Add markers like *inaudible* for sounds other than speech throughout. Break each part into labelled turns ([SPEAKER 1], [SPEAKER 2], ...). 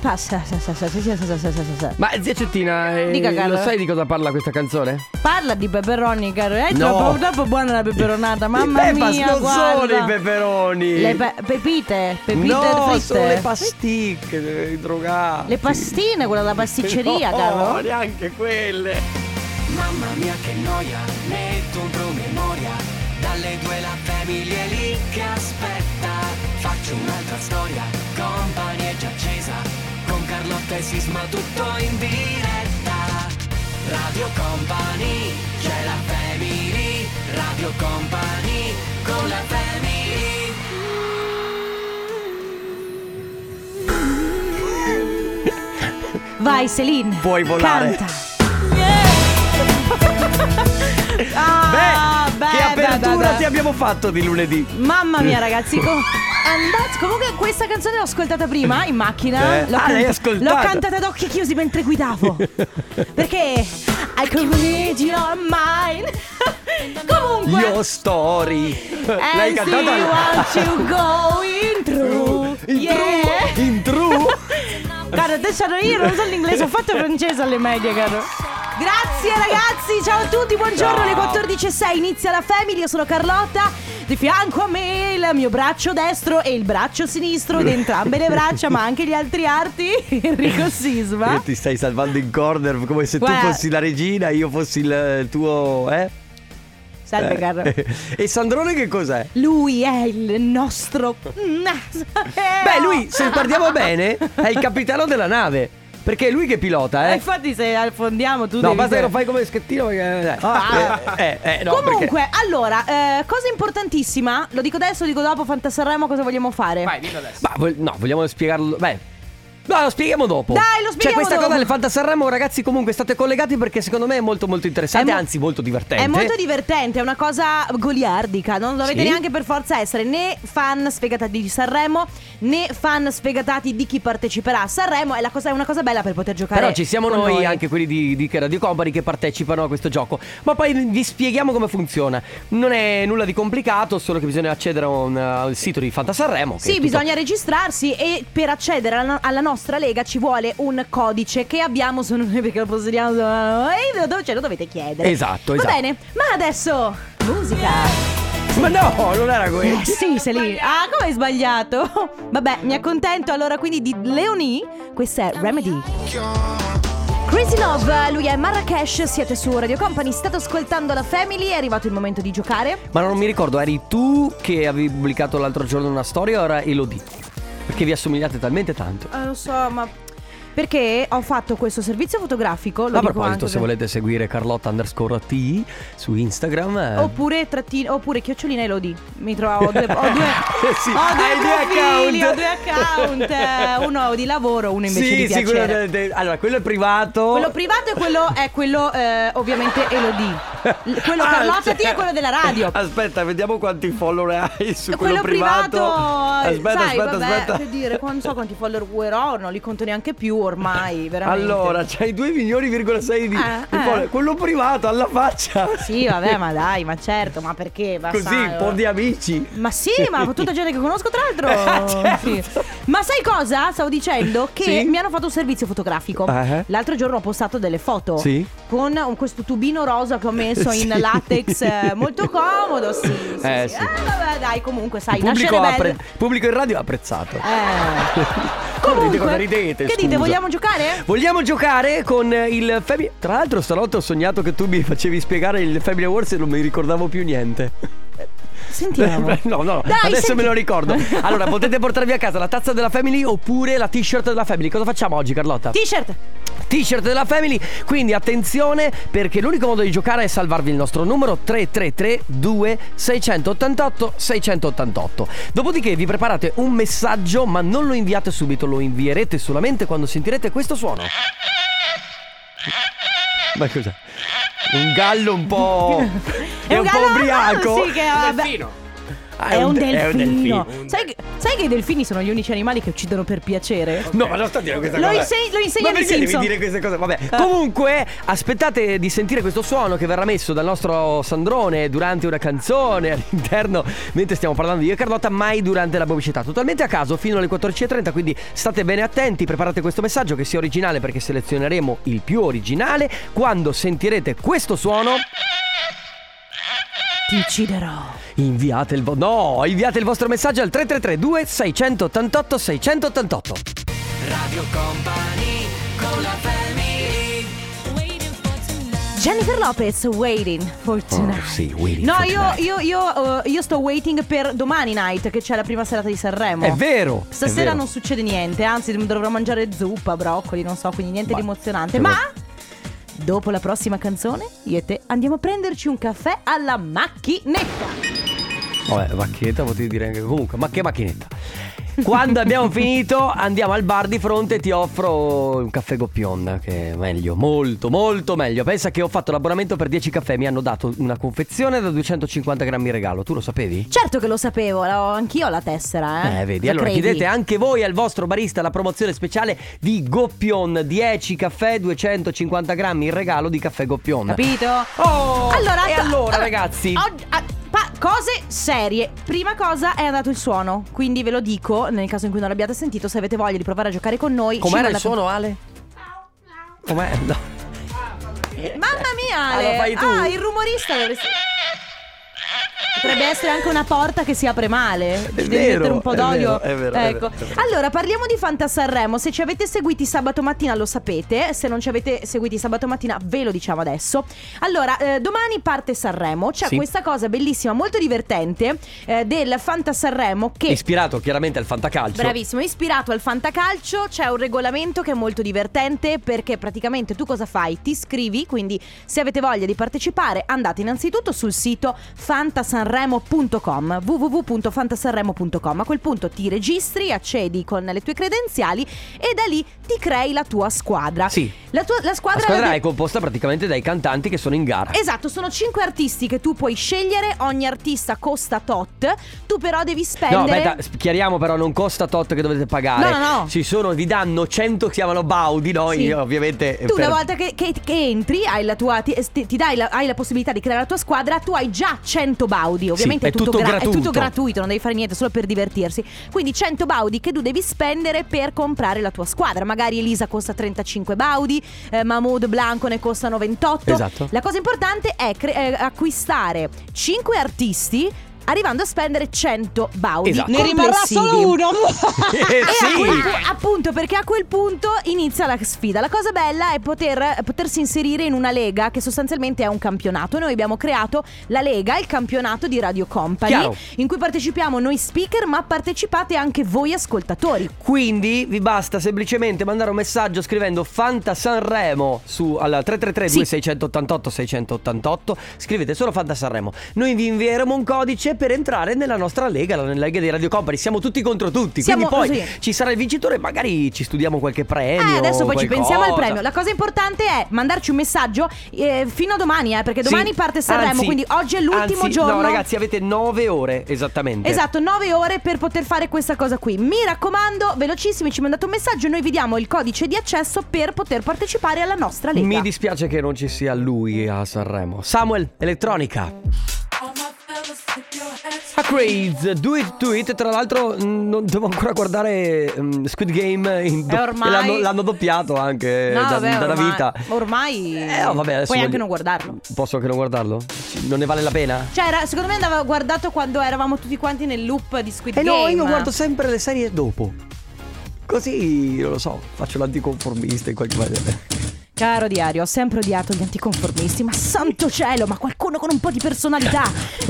[SPEAKER 1] passa. sa- sa- sa- sa- sa- sa- sa- sa- sa- sa.
[SPEAKER 2] Ma zia Cettina, eh,
[SPEAKER 1] Dica, Carlo.
[SPEAKER 2] lo sai di cosa parla questa canzone?
[SPEAKER 1] Parla di peperoni, caro. eh, È
[SPEAKER 2] No.
[SPEAKER 1] troppo, troppo buona la peperonata, mamma
[SPEAKER 2] I pepas
[SPEAKER 1] mia.
[SPEAKER 2] non
[SPEAKER 1] guarda.
[SPEAKER 2] sono i peperoni.
[SPEAKER 1] Le pe- pepite, pepite
[SPEAKER 2] no,
[SPEAKER 1] fritte.
[SPEAKER 2] sono le pasticche, eh, drogati.
[SPEAKER 1] Le pastine, quella della pasticceria,
[SPEAKER 2] no,
[SPEAKER 1] caro.
[SPEAKER 2] neanche quelle.
[SPEAKER 1] Eh,
[SPEAKER 3] Mamma mia che noia, metto un promemoria Dalle due la famiglia è lì che aspetta Faccio un'altra storia, company è già accesa Con Carlotta e Sisma tutto in diretta Radio Company, c'è la family Radio Company, con la family
[SPEAKER 1] Vai, Celine.
[SPEAKER 2] Puoi volare.
[SPEAKER 1] Canta. Ah,
[SPEAKER 2] beh,
[SPEAKER 1] beh,
[SPEAKER 2] che
[SPEAKER 1] beh,
[SPEAKER 2] apertura
[SPEAKER 1] beh, beh.
[SPEAKER 2] ti abbiamo fatto di lunedì.
[SPEAKER 1] Mamma mia, ragazzi. com- *laughs* andate- Comunque, questa canzone l'ho ascoltata prima in macchina.
[SPEAKER 2] Eh.
[SPEAKER 1] L'ho,
[SPEAKER 2] Ah, l'hai ascoltata?
[SPEAKER 1] l'ho cantata ad occhi chiusi
[SPEAKER 2] *laughs*
[SPEAKER 1] mentre guidavo. Perché I could read your mind. *laughs* Comunque,
[SPEAKER 2] Yo story.
[SPEAKER 1] Eh,
[SPEAKER 2] L'hai
[SPEAKER 1] and
[SPEAKER 2] cantata?
[SPEAKER 1] see what
[SPEAKER 2] *laughs*
[SPEAKER 1] you going through.
[SPEAKER 2] In
[SPEAKER 1] yeah.
[SPEAKER 2] true? In true?
[SPEAKER 1] Cara, adesso ero io non so l'inglese, ho fatto il francese alle medie, caro. Grazie ragazzi, ciao a tutti, buongiorno
[SPEAKER 2] Ciao.
[SPEAKER 1] alle 14.06, inizia la Family, io sono Carlotta, di fianco a me il mio braccio destro e il braccio sinistro di entrambe le braccia, ma anche gli altri arti, Enrico Sisma.
[SPEAKER 2] E ti stai salvando in corner come se tu
[SPEAKER 1] Guarda.
[SPEAKER 2] fossi la regina, io fossi il eh, tuo. Eh?
[SPEAKER 1] Salve caro.
[SPEAKER 2] *laughs* e Sandrone che cos'è?
[SPEAKER 1] Lui è il nostro...
[SPEAKER 2] Beh,
[SPEAKER 1] Beh,
[SPEAKER 2] lui, se
[SPEAKER 1] *laughs*
[SPEAKER 2] guardiamo bene,
[SPEAKER 1] Eh,
[SPEAKER 2] è il capitano della nave. Perché è lui che pilota, eh?
[SPEAKER 1] Infatti se affondiamo tu
[SPEAKER 2] No,
[SPEAKER 1] devi
[SPEAKER 2] basta che
[SPEAKER 1] dire-
[SPEAKER 2] lo fai come schettino perché.
[SPEAKER 1] Ah.
[SPEAKER 2] Eh, eh, eh, no,
[SPEAKER 1] Comunque,
[SPEAKER 2] perché-
[SPEAKER 1] allora, eh, cosa importantissima, lo dico adesso, lo dico dopo, Fantasanremo cosa vogliamo fare?
[SPEAKER 2] Ma vol- no, vogliamo spiegarlo. Beh. No, lo spieghiamo dopo.
[SPEAKER 1] Dai, lo
[SPEAKER 2] Cioè,
[SPEAKER 1] spieghiamo
[SPEAKER 2] questa
[SPEAKER 1] dopo.
[SPEAKER 2] cosa del Fantasarramo, ragazzi, comunque state collegati perché secondo me è molto molto interessante,
[SPEAKER 1] È mo-
[SPEAKER 2] anzi molto divertente.
[SPEAKER 1] È molto divertente, è una cosa goliardica, non dovete
[SPEAKER 2] Sì.
[SPEAKER 1] neanche per forza essere né fan sfegatati di Sanremo né fan sfegatati di chi parteciperà a Sanremo, è, la cosa- è una cosa bella per poter giocare.
[SPEAKER 2] Però ci siamo
[SPEAKER 1] con
[SPEAKER 2] noi, anche quelli di, di Radio Company che partecipano a questo gioco. Ma poi vi spieghiamo come funziona. Non è nulla di complicato, solo che bisogna accedere a un, al sito di Fantasarremo. che è
[SPEAKER 1] Sì,
[SPEAKER 2] tutto-
[SPEAKER 1] bisogna registrarsi e per accedere alla, alla nostra lega ci vuole un codice che abbiamo solo noi *laughs* perché lo possediamo solo noi, dove- ce lo dovete chiedere.
[SPEAKER 2] Esatto,
[SPEAKER 1] Va
[SPEAKER 2] esatto.
[SPEAKER 1] bene, ma adesso musica.
[SPEAKER 2] Ma no, non era questo.
[SPEAKER 1] Eh sì, se lì. Ah, come hai sbagliato? *laughs* Vabbè, mi accontento allora quindi di Leonie. Questa è Remedy. Crazy Love, lui è Marrakesh, siete su Radio Company, state ascoltando la Family, è arrivato il momento di giocare.
[SPEAKER 2] Ma non mi ricordo, eri tu che avevi pubblicato l'altro giorno una storia o era Elodie? Perché vi assomigliate talmente tanto.
[SPEAKER 1] Ah, lo so, ma... Perché ho fatto questo servizio fotografico, lo
[SPEAKER 2] A
[SPEAKER 1] dico
[SPEAKER 2] proposito,
[SPEAKER 1] anche
[SPEAKER 2] se
[SPEAKER 1] per-
[SPEAKER 2] volete seguire Carlotta underscore T su Instagram. eh,
[SPEAKER 1] Oppure, trattino, oppure chiocciolina Elodie. Mi trovo. Ho due.
[SPEAKER 2] *laughs*
[SPEAKER 1] Ho due,
[SPEAKER 2] Eh Sì,
[SPEAKER 1] ho due
[SPEAKER 2] hai due
[SPEAKER 1] profili,
[SPEAKER 2] account.
[SPEAKER 1] ho due account. eh, Uno di lavoro, uno invece di
[SPEAKER 2] sì,
[SPEAKER 1] piacere.
[SPEAKER 2] sì, quello de- de- allora, quello è privato.
[SPEAKER 1] Quello privato e quello è quello eh, ovviamente Elodie. L- Quello
[SPEAKER 2] Ah,
[SPEAKER 1] Carlotta T
[SPEAKER 2] cioè-
[SPEAKER 1] è quello della radio.
[SPEAKER 2] *laughs* Aspetta, vediamo quanti follower hai su quello,
[SPEAKER 1] Quello privato, eh,
[SPEAKER 2] Aspetta,
[SPEAKER 1] sai,
[SPEAKER 2] aspetta,
[SPEAKER 1] vabbè,
[SPEAKER 2] aspetta.
[SPEAKER 1] che dire, non so quanti follower ho, non li conto neanche più ormai, veramente.
[SPEAKER 2] Allora, c'hai 2 milioni,6 di,
[SPEAKER 1] Eh,
[SPEAKER 2] di
[SPEAKER 1] eh.
[SPEAKER 2] follower. Quello privato alla faccia.
[SPEAKER 1] Sì, vabbè, ma dai, ma certo, ma perché? Ma
[SPEAKER 2] Così,
[SPEAKER 1] sai,
[SPEAKER 2] un po' di amici.
[SPEAKER 1] Ma sì,
[SPEAKER 2] *laughs*
[SPEAKER 1] ma tutta gente che conosco tra l'altro. Sì. Ma sai cosa? Stavo dicendo che
[SPEAKER 2] Eh, certo. Sì?
[SPEAKER 1] mi hanno fatto un servizio fotografico.
[SPEAKER 2] Ah, eh.
[SPEAKER 1] L'altro giorno ho postato delle foto
[SPEAKER 2] Sì.
[SPEAKER 1] con un- questo tubino rosa che ho messo
[SPEAKER 2] *laughs*
[SPEAKER 1] in
[SPEAKER 2] Sì.
[SPEAKER 1] latex eh, molto comodo. Sì, sì,
[SPEAKER 2] Eh,
[SPEAKER 1] sì.
[SPEAKER 2] sì.
[SPEAKER 1] Eh, vabbè, dai, comunque, sai,
[SPEAKER 2] Il pubblico,
[SPEAKER 1] nascere
[SPEAKER 2] ha
[SPEAKER 1] bello.
[SPEAKER 2] appre- il pubblico in radio ha apprezzato. *laughs*
[SPEAKER 1] Eh.
[SPEAKER 2] Ridete
[SPEAKER 1] Comunque,
[SPEAKER 2] cosa ridete,
[SPEAKER 1] che dite?
[SPEAKER 2] scusa.
[SPEAKER 1] Vogliamo giocare?
[SPEAKER 2] Vogliamo giocare con il Family. Tra l'altro, stanotte ho sognato che tu mi facevi spiegare il Family Awards e non mi ricordavo più niente. *laughs*
[SPEAKER 1] Sentiamo.
[SPEAKER 2] No, no,
[SPEAKER 1] Dai,
[SPEAKER 2] adesso
[SPEAKER 1] senti-
[SPEAKER 2] me lo ricordo. Allora, potete portarvi a casa la tazza della Family oppure la t-shirt della Family. Cosa facciamo oggi, Carlotta?
[SPEAKER 1] T-shirt.
[SPEAKER 2] T-shirt della Family. Quindi attenzione perché l'unico modo di giocare è salvarvi il nostro numero 333 2688 688. Dopodiché vi preparate un messaggio, ma non lo inviate subito, lo invierete solamente quando sentirete questo suono. Ma cos'è? Un gallo un po'
[SPEAKER 1] *laughs* È un gallo-
[SPEAKER 2] ubriaco.
[SPEAKER 1] Sì, che vabbè.
[SPEAKER 2] Ah,
[SPEAKER 1] è, un delfino.
[SPEAKER 2] delfino.
[SPEAKER 1] Sai, che- sai che i delfini sono gli unici animali che uccidono per piacere?
[SPEAKER 2] No, ma non sto a dire questa
[SPEAKER 1] Lo
[SPEAKER 2] cosa.
[SPEAKER 1] inseg- lo insegna
[SPEAKER 2] Ma
[SPEAKER 1] il
[SPEAKER 2] perché devi
[SPEAKER 1] Simpson. Eh.
[SPEAKER 2] dire queste cose? Vabbè. Comunque, aspettate di sentire questo suono che verrà messo dal nostro Sandrone durante una canzone all'interno, mentre stiamo parlando di io e Carlotta, mai durante la pubblicità. Totalmente a caso, fino alle 14.30. Quindi state bene attenti, preparate questo messaggio che sia originale perché selezioneremo il più originale. Quando sentirete questo suono.
[SPEAKER 1] Ti ucciderò.
[SPEAKER 2] Inviate il, vo- no, inviate il vostro messaggio al 333 688 688
[SPEAKER 1] Jennifer Lopez, waiting for tonight.
[SPEAKER 2] sì, waiting
[SPEAKER 1] No,
[SPEAKER 2] for
[SPEAKER 1] io,
[SPEAKER 2] tonight.
[SPEAKER 1] io, io, eh, io sto waiting per domani night, che c'è la prima serata di Sanremo.
[SPEAKER 2] È vero. è
[SPEAKER 1] Stasera
[SPEAKER 2] vero.
[SPEAKER 1] non succede niente, anzi dovrò mangiare zuppa, broccoli, non so, quindi niente
[SPEAKER 2] Ma-
[SPEAKER 1] di emozionante.
[SPEAKER 2] Però-
[SPEAKER 1] Ma dopo la prossima canzone, io e te andiamo a prenderci un caffè alla macchinetta.
[SPEAKER 2] Vabbè, macchinetta potevi dire anche comunque, ma che macchinetta? Quando
[SPEAKER 1] *laughs*
[SPEAKER 2] abbiamo finito andiamo al bar di fronte e ti offro un caffè goppion, che è meglio, molto, molto meglio. Pensa che ho fatto l'abbonamento per 10 caffè, mi hanno dato una confezione da 250 grammi regalo, tu lo sapevi?
[SPEAKER 1] Certo che lo sapevo, l'ho- anch'io ho la tessera, eh.
[SPEAKER 2] Eh, vedi,
[SPEAKER 1] Lo
[SPEAKER 2] allora
[SPEAKER 1] credi?
[SPEAKER 2] chiedete anche voi al vostro barista la promozione speciale di Goppion, 10 caffè, 250 grammi il regalo di caffè Goppion.
[SPEAKER 1] Capito?
[SPEAKER 2] Oh,
[SPEAKER 1] Allora,
[SPEAKER 2] e
[SPEAKER 1] to-
[SPEAKER 2] allora
[SPEAKER 1] vabbè,
[SPEAKER 2] ragazzi?
[SPEAKER 1] oggi- ah, pa- cose serie. Prima cosa è andato il suono. Quindi ve lo dico nel caso in cui non l'abbiate sentito. Se avete voglia di provare a giocare con noi, ci
[SPEAKER 2] Com'era il
[SPEAKER 1] mandate-
[SPEAKER 2] suono Ale? Com'è? No.
[SPEAKER 1] Mamma mia,
[SPEAKER 2] Ah,
[SPEAKER 1] Ale.
[SPEAKER 2] lo fai tu?
[SPEAKER 1] Ah, il rumorista dovresti. Potrebbe essere anche una porta che si apre male. Ci devi
[SPEAKER 2] vero,
[SPEAKER 1] mettere un po'
[SPEAKER 2] è
[SPEAKER 1] d'olio.
[SPEAKER 2] vero, è vero, è
[SPEAKER 1] ecco.
[SPEAKER 2] vero, è vero.
[SPEAKER 1] Allora, parliamo di Fanta Sanremo. Se ci avete seguiti sabato mattina lo sapete. Se non ci avete seguiti sabato mattina, ve lo diciamo adesso. Allora, eh, domani parte Sanremo. C'è
[SPEAKER 2] Sì.
[SPEAKER 1] questa cosa bellissima, molto divertente eh, del Fanta Sanremo che.
[SPEAKER 2] Ispirato chiaramente al fantacalcio.
[SPEAKER 1] Bravissimo, ispirato al fantacalcio c'è un regolamento che è molto divertente perché praticamente tu cosa fai? Ti iscrivi, quindi se avete voglia di partecipare andate innanzitutto sul sito fantasanremo.com www.fantasanremo.com a quel punto ti registri, accedi con le tue credenziali e da lì ti crei la tua squadra.
[SPEAKER 2] Sì.
[SPEAKER 1] La, tua, la
[SPEAKER 2] La
[SPEAKER 1] squadra...
[SPEAKER 2] squadra
[SPEAKER 1] la-
[SPEAKER 2] è composta praticamente dai cantanti che sono in gara.
[SPEAKER 1] Esatto, sono cinque artisti che tu puoi scegliere, ogni artista costa tot, tu però devi spendere...
[SPEAKER 2] No, aspetta, s- chiariamo però, non costa tot che dovete pagare.
[SPEAKER 1] No, no, no.
[SPEAKER 2] Ci sono, vi danno 100 che chiamano Baudi, noi
[SPEAKER 1] Sì.
[SPEAKER 2] ovviamente...
[SPEAKER 1] Tu
[SPEAKER 2] per-
[SPEAKER 1] una volta che, che- che entri hai la, tua, ti, ti- ti dai la, hai la possibilità di creare la tua squadra Tu hai già 100 baudi Ovviamente
[SPEAKER 2] è tutto
[SPEAKER 1] gra-
[SPEAKER 2] gratuito.
[SPEAKER 1] è tutto gratuito Non devi fare niente solo per divertirsi Quindi 100 baudi che tu devi spendere per comprare la tua squadra Magari Elisa costa 35 baudi eh, Mahmood Blanco ne costano 28
[SPEAKER 2] Esatto.
[SPEAKER 1] *laughs* La cosa importante è cre- eh, acquistare 5 artisti Arrivando a spendere 100 baudi
[SPEAKER 2] Esatto.
[SPEAKER 4] Ne rimarrà
[SPEAKER 1] complessivi.
[SPEAKER 4] solo uno.
[SPEAKER 2] Eh,
[SPEAKER 1] Ah, E a quel
[SPEAKER 2] sì.
[SPEAKER 1] pu- appunto perché a quel punto inizia la sfida. La cosa bella è poter, potersi inserire in una lega che sostanzialmente è un campionato. Noi abbiamo creato la lega, il campionato di Radio Company,
[SPEAKER 2] Chiaro.
[SPEAKER 1] in cui partecipiamo noi speaker, ma partecipate anche voi ascoltatori.
[SPEAKER 2] Quindi vi basta semplicemente mandare un messaggio scrivendo Fanta Sanremo su al 333 2688 688. Scrivete solo Fanta Sanremo. Noi vi invieremo un codice per entrare nella nostra lega, la nella lega di Radio Company. Siamo tutti contro tutti,
[SPEAKER 1] Siamo
[SPEAKER 2] quindi poi
[SPEAKER 1] così.
[SPEAKER 2] ci sarà il vincitore, magari ci studiamo qualche premio.
[SPEAKER 1] Eh, adesso poi ci
[SPEAKER 2] qualcosa.
[SPEAKER 1] pensiamo al premio. La cosa importante è mandarci un messaggio eh, fino a domani, eh, perché
[SPEAKER 2] Sì.
[SPEAKER 1] domani parte Sanremo,
[SPEAKER 2] Anzi-
[SPEAKER 1] quindi oggi è l'ultimo
[SPEAKER 2] anzi,
[SPEAKER 1] giorno.
[SPEAKER 2] No, ragazzi, avete 9 ore esattamente.
[SPEAKER 1] Esatto, 9 ore per poter fare questa cosa qui. Mi raccomando, velocissimi, ci mandate un messaggio, noi vi diamo il codice di accesso per poter partecipare alla nostra lega.
[SPEAKER 2] Mi dispiace che non ci sia lui a Sanremo. Samuel, elettronica. A Craze, do it, do it. Tra l'altro, mh, non devo ancora guardare mh, Squid Game. In do-
[SPEAKER 1] Eh, ormai-
[SPEAKER 2] l'hanno, l'hanno doppiato anche
[SPEAKER 1] No,
[SPEAKER 2] eh, da,
[SPEAKER 1] vabbè,
[SPEAKER 2] dalla
[SPEAKER 1] ormai-
[SPEAKER 2] vita.
[SPEAKER 1] ormai
[SPEAKER 2] Eh, no, vabbè, adesso
[SPEAKER 1] puoi anche
[SPEAKER 2] voglio-
[SPEAKER 1] non guardarlo.
[SPEAKER 2] Posso anche non guardarlo? Non ne vale la pena?
[SPEAKER 1] Cioè, era- secondo me andava guardato quando eravamo tutti quanti nel loop di Squid
[SPEAKER 2] Eh
[SPEAKER 1] Game.
[SPEAKER 2] no, io guardo sempre le serie dopo. Così, non lo so, faccio l'anticonformista in qualche maniera.
[SPEAKER 1] Caro diario, ho sempre odiato gli anticonformisti, ma santo cielo, ma qualcuno con un po' di personalità.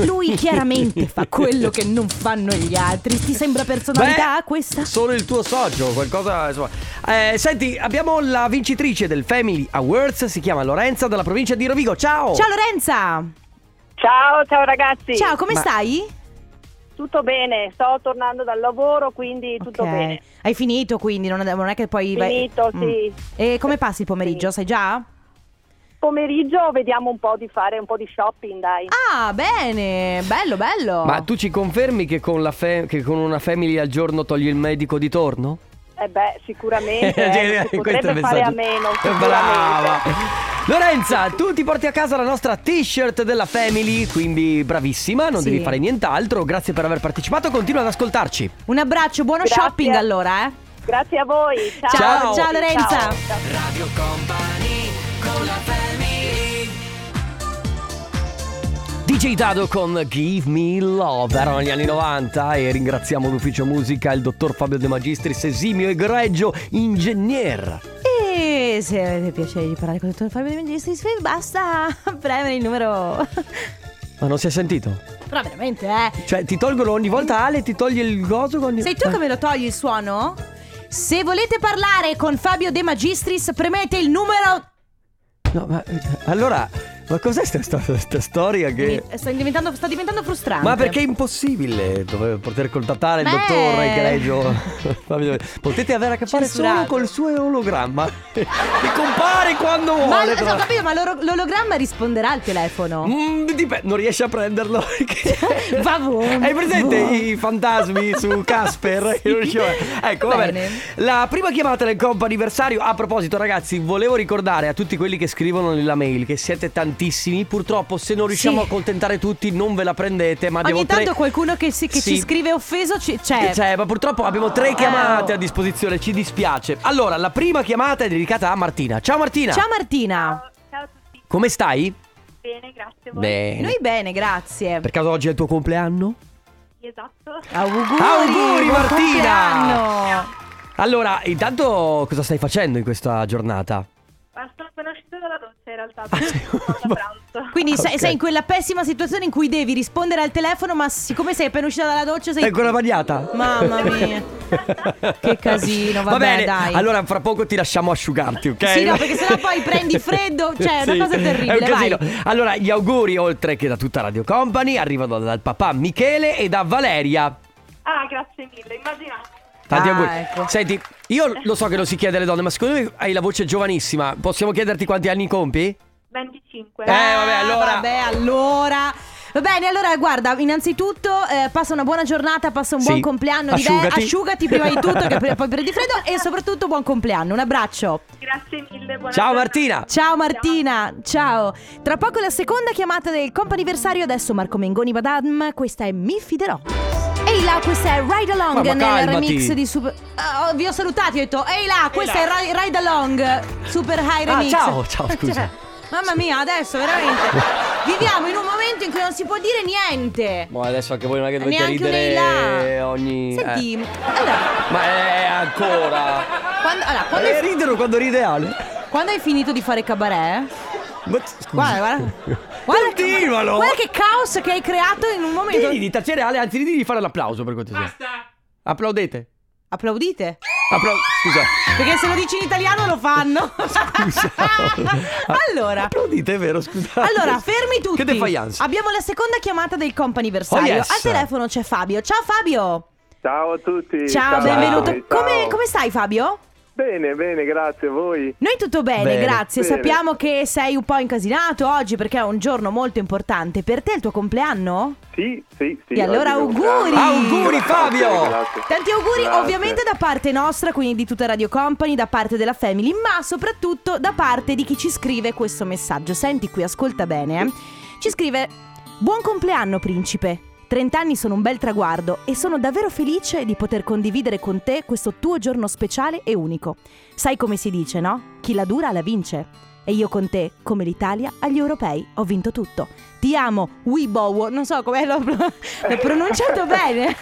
[SPEAKER 2] *laughs*
[SPEAKER 1] Lui chiaramente fa quello che non fanno gli altri. Ti sembra personalità
[SPEAKER 2] Beh,
[SPEAKER 1] questa?
[SPEAKER 2] Solo il tuo socio, qualcosa. Insomma. Eh, senti, abbiamo la vincitrice del Family Awards, si chiama Lorenza dalla provincia di Rovigo. Ciao!
[SPEAKER 1] Ciao Lorenza!
[SPEAKER 5] Ciao, ciao ragazzi.
[SPEAKER 1] Ciao, come
[SPEAKER 2] Ma-
[SPEAKER 1] stai?
[SPEAKER 5] Tutto bene, sto tornando dal lavoro, quindi tutto
[SPEAKER 1] Ok.
[SPEAKER 5] bene.
[SPEAKER 1] Hai finito quindi, non non è che poi... vai-
[SPEAKER 5] Finito,
[SPEAKER 1] Mm.
[SPEAKER 5] sì.
[SPEAKER 1] E come passi il pomeriggio, sai già?
[SPEAKER 5] pomeriggio vediamo un po' di fare un po' di shopping, dai.
[SPEAKER 1] Ah, bene, bello, bello.
[SPEAKER 2] Ma tu ci confermi che con, la fe- che con una family al giorno togli il medico di torno?
[SPEAKER 5] Eh beh,
[SPEAKER 2] *laughs*
[SPEAKER 5] sicuramente
[SPEAKER 2] Eh,
[SPEAKER 5] eh,
[SPEAKER 2] eh,
[SPEAKER 5] si
[SPEAKER 2] questo è il
[SPEAKER 5] potrebbe fare a
[SPEAKER 2] messaggio.
[SPEAKER 5] meno,
[SPEAKER 2] Eh,
[SPEAKER 5] sicuramente.
[SPEAKER 2] Brava. Lorenza, tu ti porti a casa la nostra t-shirt della Family, quindi bravissima, non
[SPEAKER 1] Sì.
[SPEAKER 2] devi fare nient'altro. Grazie per aver partecipato, continua ad ascoltarci.
[SPEAKER 1] Un abbraccio, buono
[SPEAKER 5] Grazie.
[SPEAKER 1] shopping allora, eh.
[SPEAKER 5] Grazie a voi. Ciao,
[SPEAKER 1] Ciao, ciao, Lorenza.
[SPEAKER 5] Ciao, ciao.
[SPEAKER 2] DJ Dado con Give Me Love, erano gli anni 90 e ringraziamo l'ufficio musica, il dottor Fabio De Magistris, esimio egregio ingegner.
[SPEAKER 1] E se avete piacere di parlare con il dottor Fabio De Magistris, basta *laughs* premere il numero. *laughs*
[SPEAKER 2] Ma non si è sentito?
[SPEAKER 1] Però veramente, eh.
[SPEAKER 2] Cioè ti tolgono ogni volta Ale, ti toglie il coso ogni...
[SPEAKER 1] Sei tu che me lo togli il suono? Se volete parlare con Fabio De Magistris, premete il numero.
[SPEAKER 2] No, ma eh, allora, ma cos'è questa storia che...
[SPEAKER 1] Mi- Sto diventando, sto diventando frustrante.
[SPEAKER 2] Ma perché è impossibile dover- poter contattare il
[SPEAKER 1] Beh.
[SPEAKER 2] dottor
[SPEAKER 1] *laughs*
[SPEAKER 2] Egregio? Fabio- Potete avere a che fare solo
[SPEAKER 1] Censurato.
[SPEAKER 2] col suo ologramma *laughs* che compare quando
[SPEAKER 1] Ma,
[SPEAKER 2] vuole.
[SPEAKER 1] ho capito, ma l'oro- l'ologramma risponderà al telefono.
[SPEAKER 2] Mm, dipende, non riesce a prenderlo. *laughs*
[SPEAKER 1] *laughs*
[SPEAKER 2] perché-
[SPEAKER 1] Va bene.
[SPEAKER 2] Hai presente
[SPEAKER 1] Va.
[SPEAKER 2] i fantasmi
[SPEAKER 1] *laughs*
[SPEAKER 2] su Casper?
[SPEAKER 1] Boh. Sì.
[SPEAKER 2] Che non riusciva- Ecco, va bene.
[SPEAKER 1] Bene.
[SPEAKER 2] La prima chiamata del comp anniversario. A proposito, ragazzi, volevo ricordare a tutti quelli che scrivono nella mail che siete tantissimi. Purtroppo, se non riusciamo
[SPEAKER 1] Sì.
[SPEAKER 2] a contentare tutti, non ve la prendete. Ma abbiamo
[SPEAKER 1] Ogni tanto
[SPEAKER 2] tre-
[SPEAKER 1] qualcuno che, si- che
[SPEAKER 2] Sì.
[SPEAKER 1] ci scrive offeso ci- c'è.
[SPEAKER 2] Cioè, ma purtroppo abbiamo
[SPEAKER 1] eh.
[SPEAKER 2] tre chiamate a disposizione, ci dispiace. Allora, la prima chiamata è dedicata a Martina. Ciao Martina!
[SPEAKER 1] Ciao Martina.
[SPEAKER 5] Ciao, ciao a tutti.
[SPEAKER 2] Come stai?
[SPEAKER 5] Bene, grazie a voi.
[SPEAKER 2] Bene.
[SPEAKER 1] Noi bene, grazie.
[SPEAKER 2] Per caso oggi è il tuo compleanno?
[SPEAKER 5] Esatto.
[SPEAKER 1] Auguri,
[SPEAKER 2] Auguri,
[SPEAKER 1] buon
[SPEAKER 2] Martina.
[SPEAKER 1] compleanno.
[SPEAKER 2] Allora, intanto cosa stai facendo in questa giornata?
[SPEAKER 5] Ma sono appena uscita dalla doccia in realtà,
[SPEAKER 2] sì.
[SPEAKER 5] sono a pranzo.
[SPEAKER 1] Quindi sei,
[SPEAKER 2] Ah, Ok.
[SPEAKER 1] sei in quella pessima situazione in cui devi rispondere al telefono, ma siccome sei appena uscita dalla doccia sei...
[SPEAKER 2] Sei ancora bagnata?
[SPEAKER 1] Mamma mia. Che casino, vabbè,
[SPEAKER 2] Va bene,
[SPEAKER 1] dai.
[SPEAKER 2] Allora, fra poco ti lasciamo asciugarti, ok?
[SPEAKER 1] Sì, no, perché sennò poi prendi freddo, cioè, è una cosa terribile,
[SPEAKER 2] È un casino.
[SPEAKER 1] vai.
[SPEAKER 2] Allora, gli auguri, oltre che da tutta Radio Company, arrivano dal papà Michele e da Valeria.
[SPEAKER 5] Ah, grazie mille, immaginate.
[SPEAKER 2] Tanti
[SPEAKER 1] Ah,
[SPEAKER 2] auguri.
[SPEAKER 1] ecco.
[SPEAKER 2] Senti, io lo so che lo si chiede alle donne, ma secondo me hai la voce giovanissima. Possiamo chiederti quanti anni compi?
[SPEAKER 5] 25.
[SPEAKER 2] Eh, vabbè,
[SPEAKER 1] Ah,
[SPEAKER 2] allora.
[SPEAKER 1] Vabbè, allora. Va bene, allora guarda, innanzitutto eh, passa una buona giornata, passa un
[SPEAKER 2] Sì.
[SPEAKER 1] buon compleanno di
[SPEAKER 2] Asciugati.
[SPEAKER 1] asciugati prima di tutto che
[SPEAKER 2] *laughs*
[SPEAKER 1] pre- poi prendi freddo e soprattutto buon compleanno, un abbraccio.
[SPEAKER 5] Grazie mille, buona giornata.
[SPEAKER 2] Ciao Martina!
[SPEAKER 1] Ciao Martina, ciao. Tra poco la seconda chiamata del comp'anniversario, adesso Marco Mengoni Badam, questa è Mi fiderò. Ehi là, questa è Ride Along
[SPEAKER 2] Ma- ma
[SPEAKER 1] nel
[SPEAKER 2] calmati.
[SPEAKER 1] remix di Super Ah, oh, vi ho salutati, ho detto "Ehi là, questa è Ri- Ride Along Super High
[SPEAKER 2] Ah,
[SPEAKER 1] Remix". Cioè,
[SPEAKER 2] ciao, ciao, scusa.
[SPEAKER 1] mamma mia,
[SPEAKER 2] *laughs*
[SPEAKER 1] adesso veramente viviamo in un momento in cui non si può dire niente.
[SPEAKER 2] Ma adesso anche voi non è che dovete
[SPEAKER 1] Neanche un ehi
[SPEAKER 2] ridere
[SPEAKER 1] là.
[SPEAKER 2] ogni...
[SPEAKER 1] Senti,
[SPEAKER 2] eh.
[SPEAKER 1] allora,
[SPEAKER 2] Ma è
[SPEAKER 1] *laughs*
[SPEAKER 2] ancora...
[SPEAKER 1] quando, allora, quando
[SPEAKER 2] Eh,
[SPEAKER 1] hai,
[SPEAKER 2] ridere quando ride Ale.
[SPEAKER 1] quando hai finito di fare cabaret?
[SPEAKER 2] Ma scusa.
[SPEAKER 1] Guarda,
[SPEAKER 2] *laughs*
[SPEAKER 1] guarda. Guarda che-
[SPEAKER 2] Continualo.
[SPEAKER 1] Guarda che caos che hai creato in un momento.
[SPEAKER 2] Digli di tacere Ale, anzi digli di fare l'applauso per cortesia. Basta! Applaudete.
[SPEAKER 1] Applaudite.
[SPEAKER 2] Applau- Scusa.
[SPEAKER 1] Perché se lo dici in italiano lo fanno.
[SPEAKER 2] Scusa.
[SPEAKER 1] *laughs* allora.
[SPEAKER 2] Applaudite, è vero, scusa.
[SPEAKER 1] Allora, fermi tutti.
[SPEAKER 2] Che defiance.
[SPEAKER 1] Abbiamo la seconda chiamata del comp'anniversario.
[SPEAKER 2] Oh, yes.
[SPEAKER 1] Al telefono c'è Fabio. Ciao Fabio.
[SPEAKER 4] Ciao a tutti.
[SPEAKER 1] Ciao, benvenuto.
[SPEAKER 4] Ciao.
[SPEAKER 1] Come, come stai Fabio?
[SPEAKER 4] Bene, bene, grazie a voi.
[SPEAKER 1] Noi tutto bene,
[SPEAKER 2] Bene.
[SPEAKER 1] grazie.
[SPEAKER 4] Bene.
[SPEAKER 1] Sappiamo che sei un po' incasinato oggi perché è un giorno molto importante. Per te è il tuo compleanno?
[SPEAKER 4] Sì, sì, sì.
[SPEAKER 1] E allora
[SPEAKER 4] oggi
[SPEAKER 1] auguri!
[SPEAKER 4] compleanno.
[SPEAKER 2] Auguri, Fabio!
[SPEAKER 4] Grazie, grazie.
[SPEAKER 1] Tanti auguri
[SPEAKER 4] Grazie.
[SPEAKER 1] ovviamente
[SPEAKER 4] *laughs*
[SPEAKER 1] da parte nostra, quindi di tutta Radio Company, da parte della Family, ma soprattutto da parte di chi ci scrive questo messaggio. Senti qui, ascolta bene. eh. Ci scrive: Buon compleanno, principe. 30 anni sono un bel traguardo e sono davvero felice di poter condividere con te questo tuo giorno speciale e unico. Sai come si dice, no? Chi la dura la vince. E io con te, come l'Italia, agli europei ho vinto tutto. Ti amo, Wibowo. Non so come l'ho, *laughs* l'ho pronunciato bene.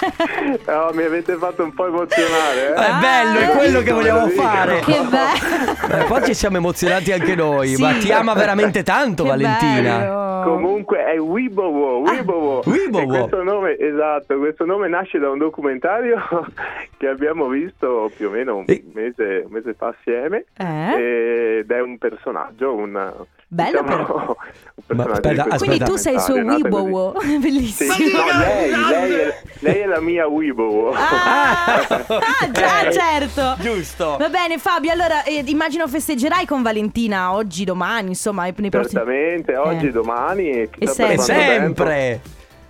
[SPEAKER 4] Oh, mi avete fatto un po' emozionare.
[SPEAKER 2] È
[SPEAKER 4] Eh?
[SPEAKER 1] Ah,
[SPEAKER 2] bello, è
[SPEAKER 1] vedi?
[SPEAKER 2] quello che vogliamo
[SPEAKER 4] Vedi?
[SPEAKER 2] fare.
[SPEAKER 1] Che bello.
[SPEAKER 2] Beh, qua ci siamo emozionati anche noi,
[SPEAKER 1] Sì.
[SPEAKER 2] ma ti ama veramente tanto
[SPEAKER 1] Che
[SPEAKER 2] Valentina.
[SPEAKER 1] bello.
[SPEAKER 4] Comunque è Wibowo, Wibowo.
[SPEAKER 2] Ah, Wibowo.
[SPEAKER 4] E Questo nome, esatto, questo nome nasce da un documentario *laughs* che abbiamo visto più o meno un
[SPEAKER 2] E-
[SPEAKER 4] mese, un mese fa assieme
[SPEAKER 1] Eh?
[SPEAKER 4] ed è un personaggio, un,
[SPEAKER 1] Bello
[SPEAKER 4] diciamo,
[SPEAKER 1] però.
[SPEAKER 4] *laughs* un personaggio
[SPEAKER 2] aspetta,
[SPEAKER 4] di questo
[SPEAKER 1] Quindi tu sei il suo
[SPEAKER 4] mentale, nata così.
[SPEAKER 1] Weebowo. *laughs*
[SPEAKER 4] Sì,
[SPEAKER 1] Bellissimo.
[SPEAKER 4] no, lei, lei è, lei è la mia Weebowo.
[SPEAKER 1] Ah, ah, già,
[SPEAKER 2] Eh,
[SPEAKER 1] certo.
[SPEAKER 2] giusto.
[SPEAKER 1] Va bene, Fabio. Allora, eh, immagino festeggerai con Valentina oggi, domani, insomma, e nei prossimi-
[SPEAKER 4] Certamente, oggi,
[SPEAKER 1] Eh.
[SPEAKER 4] domani e chissà
[SPEAKER 1] E
[SPEAKER 4] per
[SPEAKER 2] E
[SPEAKER 1] quanto
[SPEAKER 2] sempre.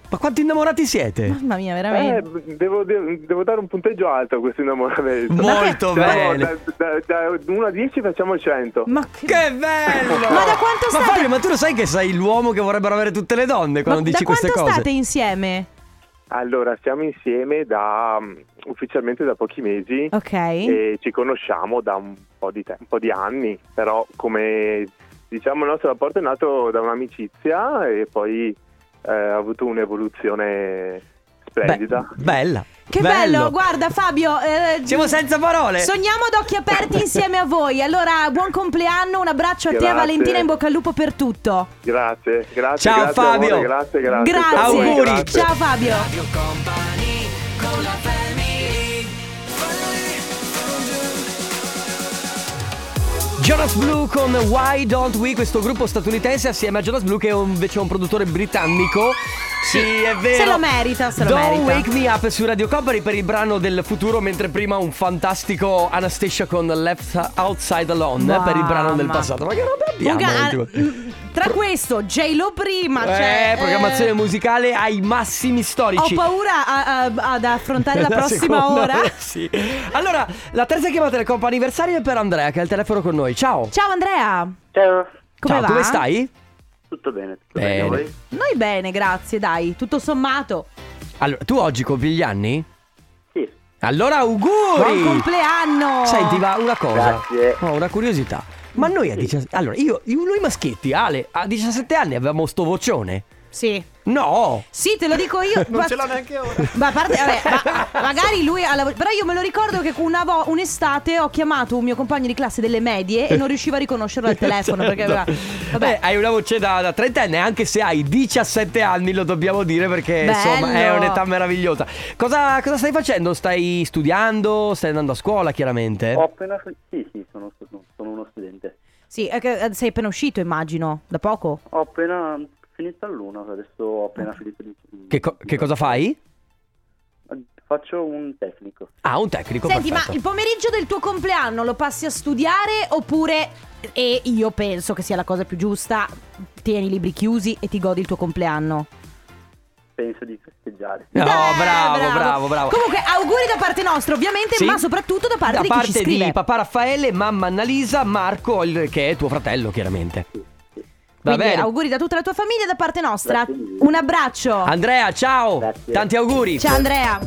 [SPEAKER 2] Ma quanti innamorati siete?
[SPEAKER 1] Mamma mia, veramente.
[SPEAKER 4] tempo. Eh, devo, de- devo dare un punteggio alto a questo innamoramento.
[SPEAKER 2] Molto
[SPEAKER 4] Siamo
[SPEAKER 2] bene.
[SPEAKER 4] Da, da, 1 a 10 facciamo 100.
[SPEAKER 1] Ma che...
[SPEAKER 2] Che bello!
[SPEAKER 1] Ma da quanto
[SPEAKER 2] Ma
[SPEAKER 1] state-
[SPEAKER 2] Fabio, ma tu lo sai che sei l'uomo che vorrebbero avere tutte le donne
[SPEAKER 1] ma
[SPEAKER 2] quando dici
[SPEAKER 1] da
[SPEAKER 2] queste
[SPEAKER 1] quanto
[SPEAKER 2] cose?
[SPEAKER 1] state insieme?
[SPEAKER 4] Allora, siamo insieme da um, ufficialmente da pochi mesi
[SPEAKER 1] Ok.
[SPEAKER 4] e ci conosciamo da un po' di tempo, un po' di anni, però come diciamo il nostro rapporto è nato da un'amicizia e poi eh, ha avuto un'evoluzione
[SPEAKER 2] Beh,
[SPEAKER 4] splendida.
[SPEAKER 2] bella.
[SPEAKER 1] Che bello. guarda Fabio. eh,
[SPEAKER 2] Siamo senza parole.
[SPEAKER 1] Sogniamo ad occhi aperti insieme a voi. Allora, buon compleanno, un abbraccio a te, a
[SPEAKER 4] Grazie.
[SPEAKER 1] Valentina, in bocca al lupo per tutto.
[SPEAKER 4] Grazie, grazie,
[SPEAKER 2] Ciao,
[SPEAKER 4] grazie,
[SPEAKER 2] Fabio.
[SPEAKER 4] amore, grazie, grazie. ciao,
[SPEAKER 2] Auguri.
[SPEAKER 4] grazie.
[SPEAKER 1] Ciao Fabio.
[SPEAKER 2] Jonas Blue con Why Don't We, questo gruppo statunitense assieme a Jonas Blue che è un- invece un produttore britannico. Sì, è vero.
[SPEAKER 1] Se lo merita, se lo
[SPEAKER 2] Eh, Don't
[SPEAKER 1] merita.
[SPEAKER 2] Wake Me Up su Radio Company per il brano del futuro, mentre prima un fantastico Anastasia con Left Outside Alone eh, per il brano del
[SPEAKER 1] Mamma.
[SPEAKER 2] passato. Ma che roba abbiamo? eh,
[SPEAKER 1] Luca,
[SPEAKER 2] tipo?
[SPEAKER 1] ah, mm, tra questo, J-Lo prima,
[SPEAKER 2] eh,
[SPEAKER 1] cioè,
[SPEAKER 2] programmazione
[SPEAKER 1] eh,
[SPEAKER 2] musicale ai massimi
[SPEAKER 1] Ho
[SPEAKER 2] storici.
[SPEAKER 1] paura a- a- ad
[SPEAKER 2] *laughs*
[SPEAKER 1] affrontare la prossima
[SPEAKER 2] seconda,
[SPEAKER 1] ora.
[SPEAKER 2] *laughs* sì. Allora, la terza chiamata del compo anniversario è per Andrea che è al telefono con noi. Ciao.
[SPEAKER 1] Ciao Andrea,
[SPEAKER 6] Ciao,
[SPEAKER 1] come
[SPEAKER 2] Ciao,
[SPEAKER 1] va?
[SPEAKER 2] come stai?
[SPEAKER 6] tutto bene? Tutto
[SPEAKER 2] Bene.
[SPEAKER 6] bene. voi?
[SPEAKER 1] Noi bene, grazie, dai, tutto sommato.
[SPEAKER 2] Allora, tu oggi compi gli anni?
[SPEAKER 6] Sì,
[SPEAKER 2] Allora,
[SPEAKER 1] Buon
[SPEAKER 2] auguri!
[SPEAKER 1] compleanno!
[SPEAKER 2] Senti, va una cosa.
[SPEAKER 6] Grazie.
[SPEAKER 2] Ho una curiosità. Ma noi a 17 Allora, io, io- noi maschietti, Ale, a 17 anni avevamo sto vocione.
[SPEAKER 1] Sì.
[SPEAKER 2] No!
[SPEAKER 1] Sì, te lo
[SPEAKER 2] *laughs*
[SPEAKER 1] dico io. non ce l'ho neanche ora. Ma a parte, vabbè, ma- magari lui ha la- Però io me lo ricordo che una vo- un'estate ho chiamato un mio compagno di classe delle medie e non riuscivo a riconoscerlo al telefono perché
[SPEAKER 2] *laughs*
[SPEAKER 1] aveva.
[SPEAKER 2] Vabbè,
[SPEAKER 1] Vabbè.
[SPEAKER 2] Certo. Eh, hai una voce da, da trentenne, anche se hai 17 anni, lo dobbiamo dire perché
[SPEAKER 1] Bello.
[SPEAKER 2] insomma è un'età meravigliosa. Cosa, cosa stai facendo? Stai studiando? Stai andando a scuola, chiaramente?
[SPEAKER 6] ho appena... Sì, sì, sono, sono- sono uno studente.
[SPEAKER 1] Sì, è che eh, sei appena uscito, immagino, da poco.
[SPEAKER 6] Ho appena finito all'una, adesso ho appena finito di...
[SPEAKER 2] Ah. Che, co- che cosa fai?
[SPEAKER 6] Faccio un tecnico.
[SPEAKER 2] Ah, un tecnico.
[SPEAKER 1] Senti,
[SPEAKER 2] perfetto.
[SPEAKER 1] ma il pomeriggio del tuo compleanno lo passi a studiare oppure. E io penso che sia la cosa più giusta. Tieni i libri chiusi e ti godi il tuo compleanno.
[SPEAKER 6] Penso di festeggiare.
[SPEAKER 2] No,
[SPEAKER 1] Beh,
[SPEAKER 2] bravo, bravo, bravo.
[SPEAKER 1] Comunque, auguri da parte nostra, ovviamente,
[SPEAKER 2] Sì.
[SPEAKER 1] ma soprattutto da parte
[SPEAKER 2] da
[SPEAKER 1] di chi
[SPEAKER 2] parte
[SPEAKER 1] ci scrive.
[SPEAKER 2] di papà Raffaele, mamma Annalisa, Marco, il- che è tuo fratello, chiaramente. Va
[SPEAKER 1] Quindi
[SPEAKER 2] bene.
[SPEAKER 1] auguri da tutta la tua famiglia e da parte nostra.
[SPEAKER 6] Grazie mille.
[SPEAKER 1] Un abbraccio.
[SPEAKER 2] Andrea, ciao.
[SPEAKER 6] Grazie.
[SPEAKER 2] Tanti auguri.
[SPEAKER 1] Ciao Andrea.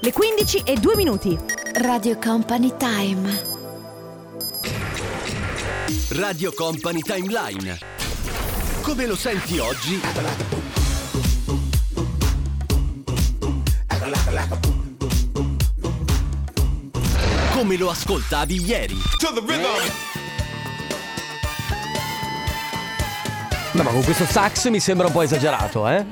[SPEAKER 1] Le 15 e 2 minuti.
[SPEAKER 7] Radio Company Time.
[SPEAKER 8] Radio Company Timeline. Come lo senti oggi? Come lo ascoltavi ieri?
[SPEAKER 2] No, ma con questo sax mi sembra un po' esagerato, eh?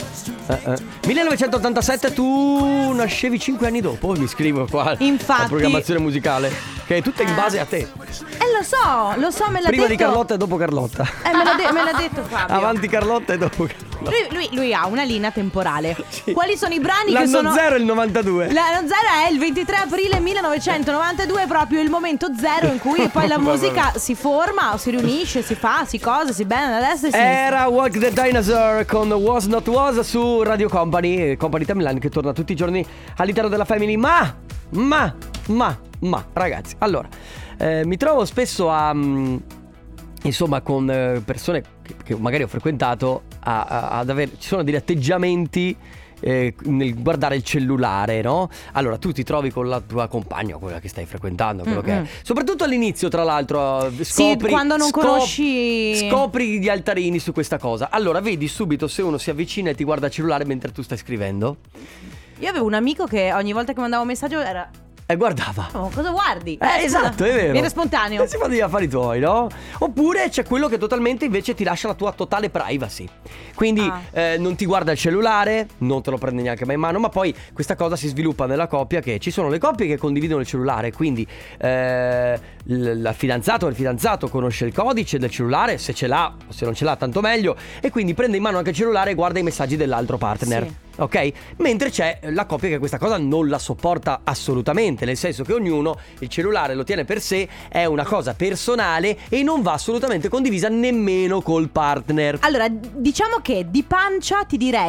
[SPEAKER 2] Eh, eh. 1987 tu nascevi 5 anni dopo, mi scrivo qua.
[SPEAKER 1] Infatti.
[SPEAKER 2] La programmazione musicale, che è tutta in base a te.
[SPEAKER 1] Eh lo so, lo so, me l'ha
[SPEAKER 2] Prima
[SPEAKER 1] detto.
[SPEAKER 2] di Carlotta e dopo Carlotta.
[SPEAKER 1] Eh, me l'ha, de- me l'ha detto Fabio.
[SPEAKER 2] Avanti Carlotta e dopo Carlotta.
[SPEAKER 1] Lui, lui- lui ha una
[SPEAKER 2] *laughs*
[SPEAKER 1] linea temporale. Quali sono i brani
[SPEAKER 2] L'anno
[SPEAKER 1] che sono.
[SPEAKER 2] zero è il 92.
[SPEAKER 1] L'anno zero è il 23 aprile 1992, proprio il momento zero in
[SPEAKER 2] *laughs*
[SPEAKER 1] cui poi la musica si forma, si riunisce, si fa, si cosa, si bene da destra e a sinistra.
[SPEAKER 2] Era Walk the Dinosaur con Was Not Was su Radio Company, eh, Company Timeline che torna tutti i giorni all'interno della Family. Ma, ma, ma, ma, ragazzi, allora, eh, mi trovo spesso a... mm, Insomma, con eh, persone che- che magari ho frequentato, a- a- ad avere, ci sono degli atteggiamenti eh, nel guardare il cellulare, no? Allora, tu ti trovi con la tua compagna, quella che stai frequentando, quello che è.
[SPEAKER 1] Mm-mm.
[SPEAKER 2] Soprattutto all'inizio, tra l'altro, eh, scopri,
[SPEAKER 1] quando non
[SPEAKER 2] scop-
[SPEAKER 1] conosci-
[SPEAKER 2] Scopri gli altarini su questa cosa. Allora, vedi subito se uno si avvicina e ti guarda il cellulare mentre tu stai scrivendo.
[SPEAKER 1] Io avevo un amico che ogni volta che mandavo un messaggio era.
[SPEAKER 2] E Eh, guardava.
[SPEAKER 1] Oh, cosa guardi?
[SPEAKER 2] Eh,
[SPEAKER 1] scusa,
[SPEAKER 2] esatto, è vero. *laughs*
[SPEAKER 1] Viene spontaneo.
[SPEAKER 2] E si fanno gli affari tuoi, no? Oppure c'è quello che totalmente invece ti lascia la tua totale privacy. Quindi
[SPEAKER 1] Ah.
[SPEAKER 2] eh, non ti guarda il cellulare, non te lo prende neanche mai in mano, ma poi questa cosa si sviluppa nella coppia che ci sono le coppie che condividono il cellulare, quindi eh, l- la fidanzata o il fidanzato conosce il codice del cellulare, se ce l'ha o se non ce l'ha tanto meglio, e quindi prende in mano anche il cellulare e guarda i messaggi dell'altro partner.
[SPEAKER 1] Sì.
[SPEAKER 2] Ok? Mentre c'è la coppia che questa cosa non la sopporta assolutamente, nel senso che ognuno il cellulare lo tiene per sé, è una cosa personale e non va assolutamente condivisa nemmeno col partner.
[SPEAKER 1] Allora, diciamo che di pancia ti direi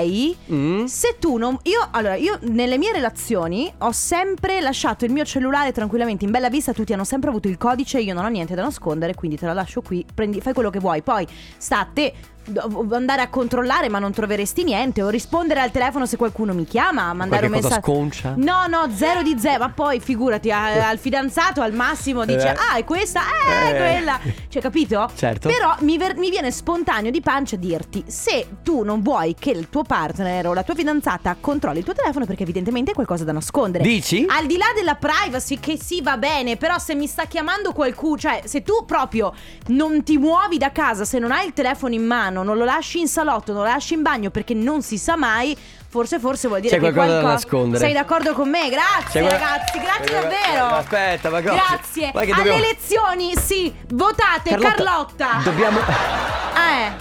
[SPEAKER 2] Mm?
[SPEAKER 1] Se tu non. Io, allora, io nelle mie relazioni ho sempre lasciato il mio cellulare tranquillamente in bella vista, tutti hanno sempre avuto il codice, io non ho niente da nascondere, quindi te la lascio qui, prendi, fai quello che vuoi. Poi sta a te do- andare a controllare ma non troveresti niente o rispondere al telefono se qualcuno mi chiama,
[SPEAKER 2] Qualche
[SPEAKER 1] mandare un
[SPEAKER 2] cosa
[SPEAKER 1] messaggio.
[SPEAKER 2] sconcia?
[SPEAKER 1] No, no, zero di zero, ma poi figurati a- al fidanzato al massimo dice
[SPEAKER 2] Eh.
[SPEAKER 1] "Ah, è questa, eh, è
[SPEAKER 2] Eh.
[SPEAKER 1] quella". Cioè, capito?
[SPEAKER 2] Certo.
[SPEAKER 1] Però mi, ver- mi viene spontaneo di pancia dirti: se tu non vuoi che il tuo partner o la tua fidanzata controlli il tuo telefono, perché evidentemente hai qualcosa da nascondere.
[SPEAKER 2] Dici?
[SPEAKER 1] Al di là della privacy, che sì, va bene, però se mi sta chiamando qualcuno, cioè se tu proprio non ti muovi da casa, se non hai il telefono in mano, non lo lasci in salotto, non lo lasci in bagno perché non si sa mai, forse, forse vuol dire
[SPEAKER 2] C'è
[SPEAKER 1] che
[SPEAKER 2] qualcosa da
[SPEAKER 1] qualco-
[SPEAKER 2] nascondere.
[SPEAKER 1] Sei d'accordo con me? Grazie,
[SPEAKER 2] C'è qual-
[SPEAKER 1] ragazzi, grazie
[SPEAKER 2] Eh,
[SPEAKER 1] davvero.
[SPEAKER 2] ma aspetta, ma cosa-
[SPEAKER 1] Grazie.
[SPEAKER 2] ma che
[SPEAKER 1] Alle
[SPEAKER 2] dobbiamo-
[SPEAKER 1] elezioni, sì, votate Carlotta.
[SPEAKER 2] Dobbiamo, *laughs*
[SPEAKER 1] Eh,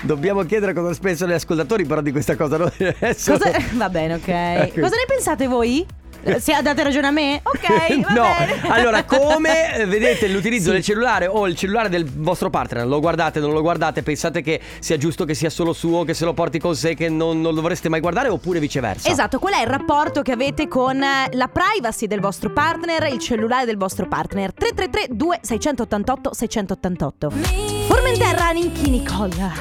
[SPEAKER 2] dobbiamo chiedere cosa pensano gli ascoltatori, però di questa cosa non adesso.
[SPEAKER 1] cosa... *laughs* va bene,
[SPEAKER 2] *laughs*
[SPEAKER 1] ok.
[SPEAKER 2] Ecco.
[SPEAKER 1] Cosa ne pensate voi? Eh, Se date ragione a
[SPEAKER 2] *laughs*
[SPEAKER 1] me? Ok, va
[SPEAKER 2] no,
[SPEAKER 1] bene.
[SPEAKER 2] allora
[SPEAKER 1] *laughs*
[SPEAKER 2] come eh, vedete l'utilizzo
[SPEAKER 1] Sì.
[SPEAKER 2] del cellulare o il cellulare del vostro partner? Lo guardate, non lo guardate? Pensate che sia giusto che sia solo suo, che se lo porti con sé, che non, non lo dovreste mai guardare oppure viceversa?
[SPEAKER 1] Esatto, qual è il rapporto che avete con eh, la privacy del vostro partner, il cellulare del vostro partner? 333 2688 688. Formenterra Ninchini Call. Come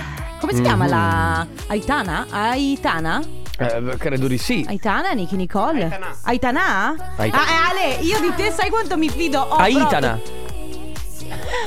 [SPEAKER 2] Mm-hmm.
[SPEAKER 1] si chiama la Aitana? Aitana?
[SPEAKER 2] Eh, credo di sì.
[SPEAKER 1] Aitana, Niki Nicole? Aitana?
[SPEAKER 2] Aitana.
[SPEAKER 1] Ah, eh, Ale, io di te sai quanto mi fido? Ho
[SPEAKER 2] Aitana.
[SPEAKER 1] proprio-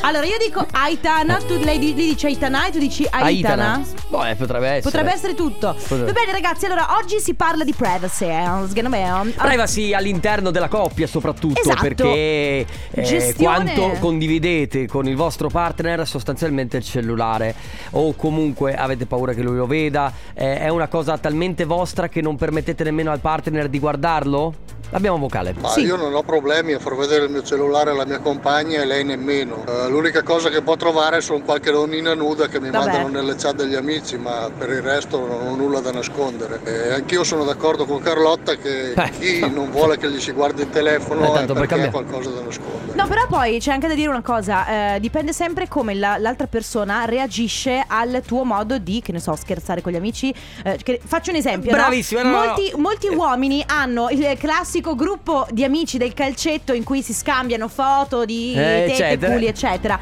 [SPEAKER 1] Allora, io dico Aitana, tu, lei, di- lei dice Aitana e tu dici Aitana.
[SPEAKER 2] Boh, eh, potrebbe essere.
[SPEAKER 1] Potrebbe essere tutto.
[SPEAKER 2] Potrebbe-
[SPEAKER 1] Va bene, ragazzi, allora oggi si parla di privacy. eh, secondo me, eh.
[SPEAKER 2] Privacy all'interno della coppia soprattutto
[SPEAKER 1] Esatto.
[SPEAKER 2] perché eh,
[SPEAKER 1] Gestione.
[SPEAKER 2] quanto condividete con il vostro partner sostanzialmente il cellulare o comunque avete paura che lui lo veda eh, è una cosa talmente vostra che non permettete nemmeno al partner di guardarlo? Abbiamo un vocale.
[SPEAKER 9] Ma
[SPEAKER 1] Sì.
[SPEAKER 9] io non ho problemi a far vedere il mio cellulare alla mia compagna e lei nemmeno. Eh, l'unica cosa che può trovare sono qualche donnina nuda che mi
[SPEAKER 1] Vabbè.
[SPEAKER 9] mandano nelle chat degli amici, ma per il resto non ho nulla da nascondere. E anch'io sono d'accordo con Carlotta che
[SPEAKER 2] Eh.
[SPEAKER 9] chi non vuole che gli si guardi il telefono
[SPEAKER 2] Eh,
[SPEAKER 9] è
[SPEAKER 2] tanto per
[SPEAKER 9] perché
[SPEAKER 2] cambiare.
[SPEAKER 9] ha qualcosa da nascondere.
[SPEAKER 1] No, però poi c'è anche da dire una cosa, eh, dipende sempre come la- l'altra persona reagisce al tuo modo di, che ne so, scherzare con gli amici. Eh, che- faccio un esempio. no?
[SPEAKER 2] Bravissima, no, no, no.
[SPEAKER 1] molti, molti uomini hanno il classico gruppo di amici del calcetto in cui si scambiano foto di
[SPEAKER 2] Eh,
[SPEAKER 1] tette,
[SPEAKER 2] eccetera.
[SPEAKER 1] culi, eccetera.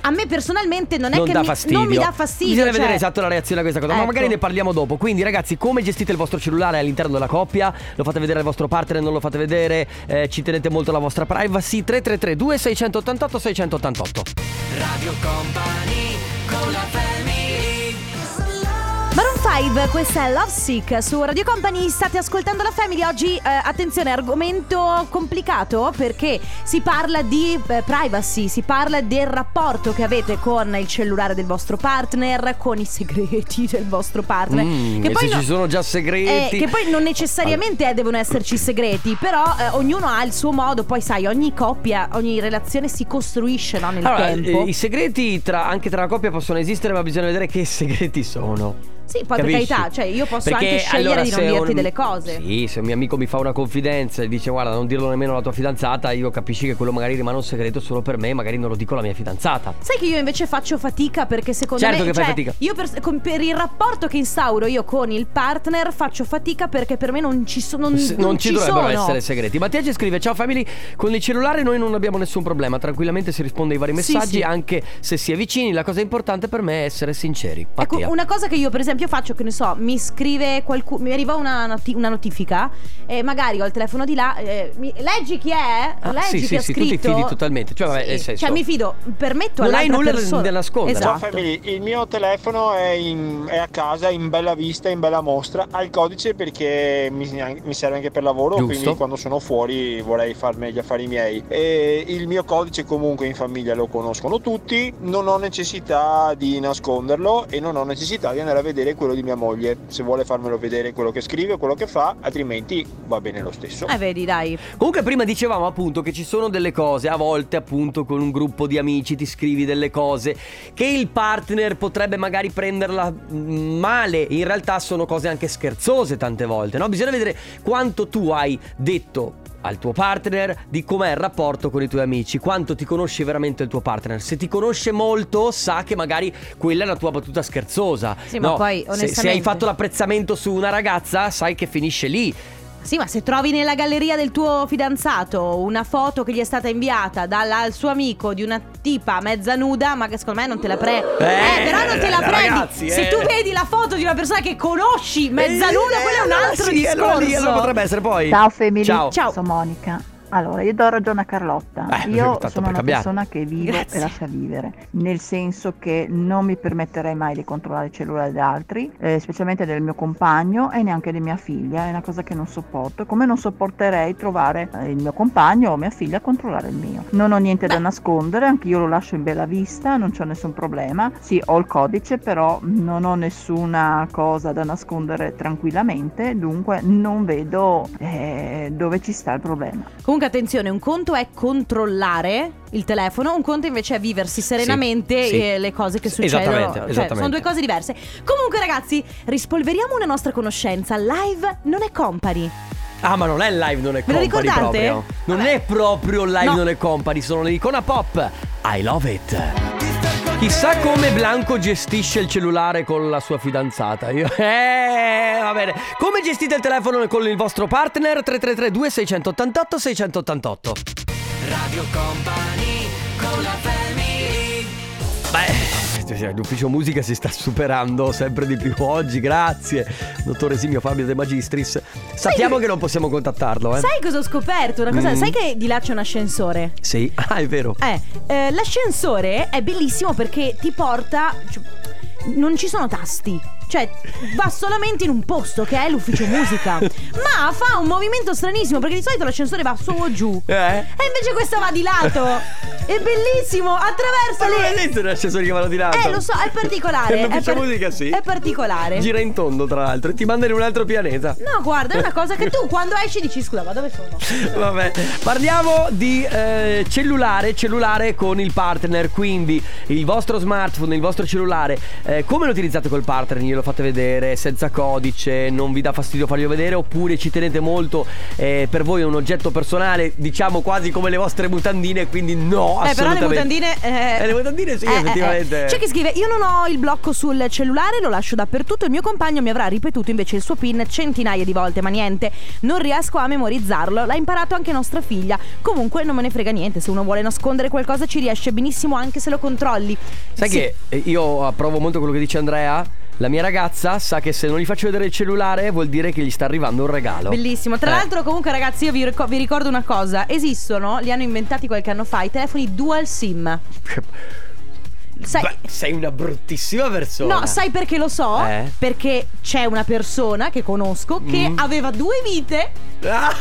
[SPEAKER 1] A me personalmente non è
[SPEAKER 2] non
[SPEAKER 1] che
[SPEAKER 2] dà
[SPEAKER 1] mi,
[SPEAKER 2] fastidio.
[SPEAKER 1] non mi dà fastidio.
[SPEAKER 2] Bisogna
[SPEAKER 1] cioè-
[SPEAKER 2] vedere esatto la reazione a questa cosa. Ma
[SPEAKER 1] Ecco.
[SPEAKER 2] magari ne parliamo dopo. Quindi, ragazzi, come gestite il vostro cellulare all'interno della coppia? Lo fate vedere al vostro partner, non lo fate vedere? Eh, ci tenete molto alla vostra privacy? 333 2688 688
[SPEAKER 1] Maroon 5, questa è Love Sick su Radio Company, state ascoltando la Family oggi, eh, attenzione, argomento complicato perché si parla di eh, privacy, si parla del rapporto che avete con il cellulare del vostro partner, con i segreti del vostro partner,
[SPEAKER 2] Mm, e se ci sono già segreti?
[SPEAKER 1] Eh, che poi non necessariamente eh,
[SPEAKER 2] *coughs*
[SPEAKER 1] devono esserci segreti, però eh, ognuno ha il suo modo, poi sai, ogni coppia, ogni relazione si costruisce no, nel
[SPEAKER 2] Allora,
[SPEAKER 1] tempo.
[SPEAKER 2] eh, i segreti tra- anche tra la coppia possono esistere, ma bisogna vedere che *laughs* segreti sono.
[SPEAKER 1] Sì, poi
[SPEAKER 2] Capisci?
[SPEAKER 1] per carità, cioè io posso
[SPEAKER 2] Perché,
[SPEAKER 1] anche scegliere
[SPEAKER 2] allora,
[SPEAKER 1] di non
[SPEAKER 2] se
[SPEAKER 1] dirti
[SPEAKER 2] un-
[SPEAKER 1] delle cose.
[SPEAKER 2] Sì, se un mio amico mi fa una confidenza e dice guarda non dirlo nemmeno alla tua fidanzata, io capisci che quello magari rimane un segreto solo per me, magari non lo dico alla mia fidanzata.
[SPEAKER 1] Sai che io invece faccio fatica perché secondo
[SPEAKER 2] Certo
[SPEAKER 1] me
[SPEAKER 2] che fai
[SPEAKER 1] cioè,
[SPEAKER 2] fatica.
[SPEAKER 1] Io per, con- per il rapporto che instauro io con il partner faccio fatica perché per me non ci sono non,
[SPEAKER 2] Se- non ci, dovrebbero
[SPEAKER 1] sono.
[SPEAKER 2] essere segreti. Mattia ci scrive: Ciao family, con il cellulare noi non abbiamo nessun problema. Tranquillamente si risponde ai vari
[SPEAKER 1] Sì,
[SPEAKER 2] messaggi,
[SPEAKER 1] sì.
[SPEAKER 2] anche se si è vicini. La cosa importante per me è essere sinceri.
[SPEAKER 1] Ecco,
[SPEAKER 2] Mattia.
[SPEAKER 1] una cosa che io per esempio faccio che ne so, mi scrive qualcuno, mi arriva una, noti- una notifica e magari ho il telefono di là, eh, mi- leggi chi è,
[SPEAKER 2] Ah,
[SPEAKER 1] leggi
[SPEAKER 2] sì,
[SPEAKER 1] chi
[SPEAKER 2] sì,
[SPEAKER 1] ha
[SPEAKER 2] sì, tu ti
[SPEAKER 1] scritto.
[SPEAKER 2] fidi totalmente. Cioè, vabbè, nel senso-
[SPEAKER 1] Cioè, mi fido, permetto
[SPEAKER 2] Non hai
[SPEAKER 1] all'altra
[SPEAKER 2] nulla da-
[SPEAKER 1] persona.
[SPEAKER 2] da nascondere.
[SPEAKER 1] Esatto.
[SPEAKER 10] il mio telefono è, in- è a casa in bella vista, in bella mostra, ha il codice perché mi, mi serve anche per lavoro,
[SPEAKER 2] Giusto.
[SPEAKER 10] quindi quando sono fuori vorrei farmi gli affari miei. E il mio codice comunque in famiglia lo conoscono tutti, non ho necessità di nasconderlo e non ho necessità di andare a vedere quello di mia moglie, se vuole farmelo vedere quello che scrive o quello che fa, altrimenti va bene lo stesso.
[SPEAKER 1] Eh, vedi, dai.
[SPEAKER 2] Comunque prima dicevamo appunto che ci sono delle cose, a volte appunto con un gruppo di amici ti scrivi delle cose che il partner potrebbe magari prenderla mh, male, in realtà sono cose anche scherzose tante volte, no? Bisogna vedere quanto tu hai detto al tuo partner di com'è il rapporto con i tuoi amici, quanto ti conosce veramente il tuo partner. Se ti conosce molto, sa che magari quella è la tua battuta scherzosa.
[SPEAKER 1] Sì, ma
[SPEAKER 2] No,
[SPEAKER 1] poi,
[SPEAKER 2] se- se hai
[SPEAKER 1] onestamente-
[SPEAKER 2] fatto l'apprezzamento su una ragazza, sai che finisce lì.
[SPEAKER 1] Sì, ma se trovi nella galleria del tuo fidanzato una foto che gli è stata inviata dal suo amico di una tipa mezza nuda, ma che secondo me non te la prendi.
[SPEAKER 2] Eh,
[SPEAKER 1] però non te la prendi.
[SPEAKER 2] ragazzi, eh.
[SPEAKER 1] se tu vedi la foto di una persona che conosci mezza
[SPEAKER 2] Eh,
[SPEAKER 1] nuda, quello è un
[SPEAKER 2] allora
[SPEAKER 1] altro
[SPEAKER 2] sì,
[SPEAKER 1] discorso.
[SPEAKER 2] Allora, lì, allora potrebbe essere poi.
[SPEAKER 11] Ciao Femili,
[SPEAKER 2] Ciao.
[SPEAKER 11] sono Monica. Allora, io do ragione a Carlotta.
[SPEAKER 2] Eh,
[SPEAKER 11] io
[SPEAKER 2] tanto per
[SPEAKER 11] sono una
[SPEAKER 2] cambiare.
[SPEAKER 11] persona che vivo
[SPEAKER 1] Grazie.
[SPEAKER 11] e lascia vivere, nel senso che non mi permetterei mai di controllare il cellulare di altri, eh, specialmente del mio compagno e neanche di mia figlia, è una cosa che non sopporto, come non sopporterei trovare eh, il mio compagno o mia figlia a controllare il mio. Non ho niente da nascondere, anche io lo lascio in bella vista, non c'ho nessun problema. Sì, ho il codice, però non ho nessuna cosa da nascondere tranquillamente, dunque non vedo eh, dove ci sta il problema.
[SPEAKER 1] Comunque, attenzione: un conto è controllare il telefono, un conto invece è viversi serenamente
[SPEAKER 2] sì.
[SPEAKER 1] eh, le cose che
[SPEAKER 2] Sì,
[SPEAKER 1] succedono.
[SPEAKER 2] esattamente,
[SPEAKER 1] Cioè,
[SPEAKER 2] esattamente.
[SPEAKER 1] sono due cose diverse. Comunque, ragazzi, rispolveriamo una nostra conoscenza. Live non è company.
[SPEAKER 2] Ah, ma non è live, non è
[SPEAKER 1] Ve lo
[SPEAKER 2] company
[SPEAKER 1] ricordate?
[SPEAKER 2] proprio. Non è proprio live,
[SPEAKER 1] No.
[SPEAKER 2] non è company, sono le icona pop. I love it. Chissà come Blanco gestisce il cellulare con la sua fidanzata. Io- *laughs* Eh, va bene. Come gestite il telefono con il vostro partner? 3332 688 688.
[SPEAKER 3] Radio Company con la family
[SPEAKER 2] Beh, cioè, l'ufficio musica si sta superando sempre di più oggi, grazie. Dottore Simio Fabio De Magistris. Sappiamo che non possiamo contattarlo, eh.
[SPEAKER 1] Sai cosa ho scoperto? Una cosa,
[SPEAKER 2] Mm.
[SPEAKER 1] Sai che di là c'è un ascensore?
[SPEAKER 2] Sì, *laughs* ah, è vero.
[SPEAKER 1] Eh, eh, l'ascensore è bellissimo perché ti porta. cioè, non ci sono tasti. Cioè, va solamente in un posto che è l'ufficio
[SPEAKER 2] *laughs*
[SPEAKER 1] musica. Ma fa un movimento stranissimo perché di solito l'ascensore va su o giù.
[SPEAKER 2] Eh?
[SPEAKER 1] E invece questa va di lato. È bellissimo,
[SPEAKER 2] Ma non
[SPEAKER 1] attraversa
[SPEAKER 2] hai
[SPEAKER 1] le.
[SPEAKER 2] detto un ascensore che va di là?
[SPEAKER 1] Eh, lo so, è
[SPEAKER 2] *laughs*
[SPEAKER 1] particolare.
[SPEAKER 2] Per l'ufficio
[SPEAKER 1] è par-
[SPEAKER 2] musica, sì.
[SPEAKER 1] È particolare.
[SPEAKER 2] Gira in tondo, tra l'altro, e ti manda in un altro pianeta.
[SPEAKER 1] No, guarda, è una cosa che tu quando esci dici scusa, ma dove sono?
[SPEAKER 2] *laughs* Vabbè, parliamo di eh, cellulare, cellulare con il partner, quindi il vostro smartphone, il vostro cellulare, eh, come lo utilizzate col partner? Glielo fate vedere senza codice, non vi dà fastidio farglielo vedere oppure ci tenete molto, eh, per voi è un oggetto personale, diciamo quasi come le vostre mutandine, quindi no,
[SPEAKER 1] Eh, però le
[SPEAKER 2] assolutamente.
[SPEAKER 1] mutandine. Eh,
[SPEAKER 2] Eh, le mutandine sì,
[SPEAKER 1] eh, eh,
[SPEAKER 2] effettivamente.
[SPEAKER 1] eh. C'è chi scrive: Io non ho il blocco sul cellulare, lo lascio dappertutto. Il mio compagno mi avrà ripetuto invece il suo PIN centinaia di volte, ma niente, non riesco a memorizzarlo. L'ha imparato anche nostra figlia. Comunque non me ne frega niente. Se uno vuole nascondere qualcosa, ci riesce benissimo anche se lo controlli.
[SPEAKER 2] Sai
[SPEAKER 1] Sì.
[SPEAKER 2] che eh, io approvo molto quello che dice Andrea? La mia ragazza sa che se non gli faccio vedere il cellulare vuol dire che gli sta arrivando un regalo.
[SPEAKER 1] Bellissimo. Tra
[SPEAKER 2] Eh.
[SPEAKER 1] l'altro, comunque, ragazzi, io vi, rico- vi ricordo una cosa: esistono, li hanno inventati qualche anno fa, i telefoni dual
[SPEAKER 2] *laughs*
[SPEAKER 1] SIM. Sai,
[SPEAKER 2] Beh, sei una bruttissima persona.
[SPEAKER 1] No, sai perché lo so?
[SPEAKER 2] Eh?
[SPEAKER 1] Perché c'è una persona che conosco che
[SPEAKER 2] Mm.
[SPEAKER 1] aveva due vite,
[SPEAKER 2] Ah,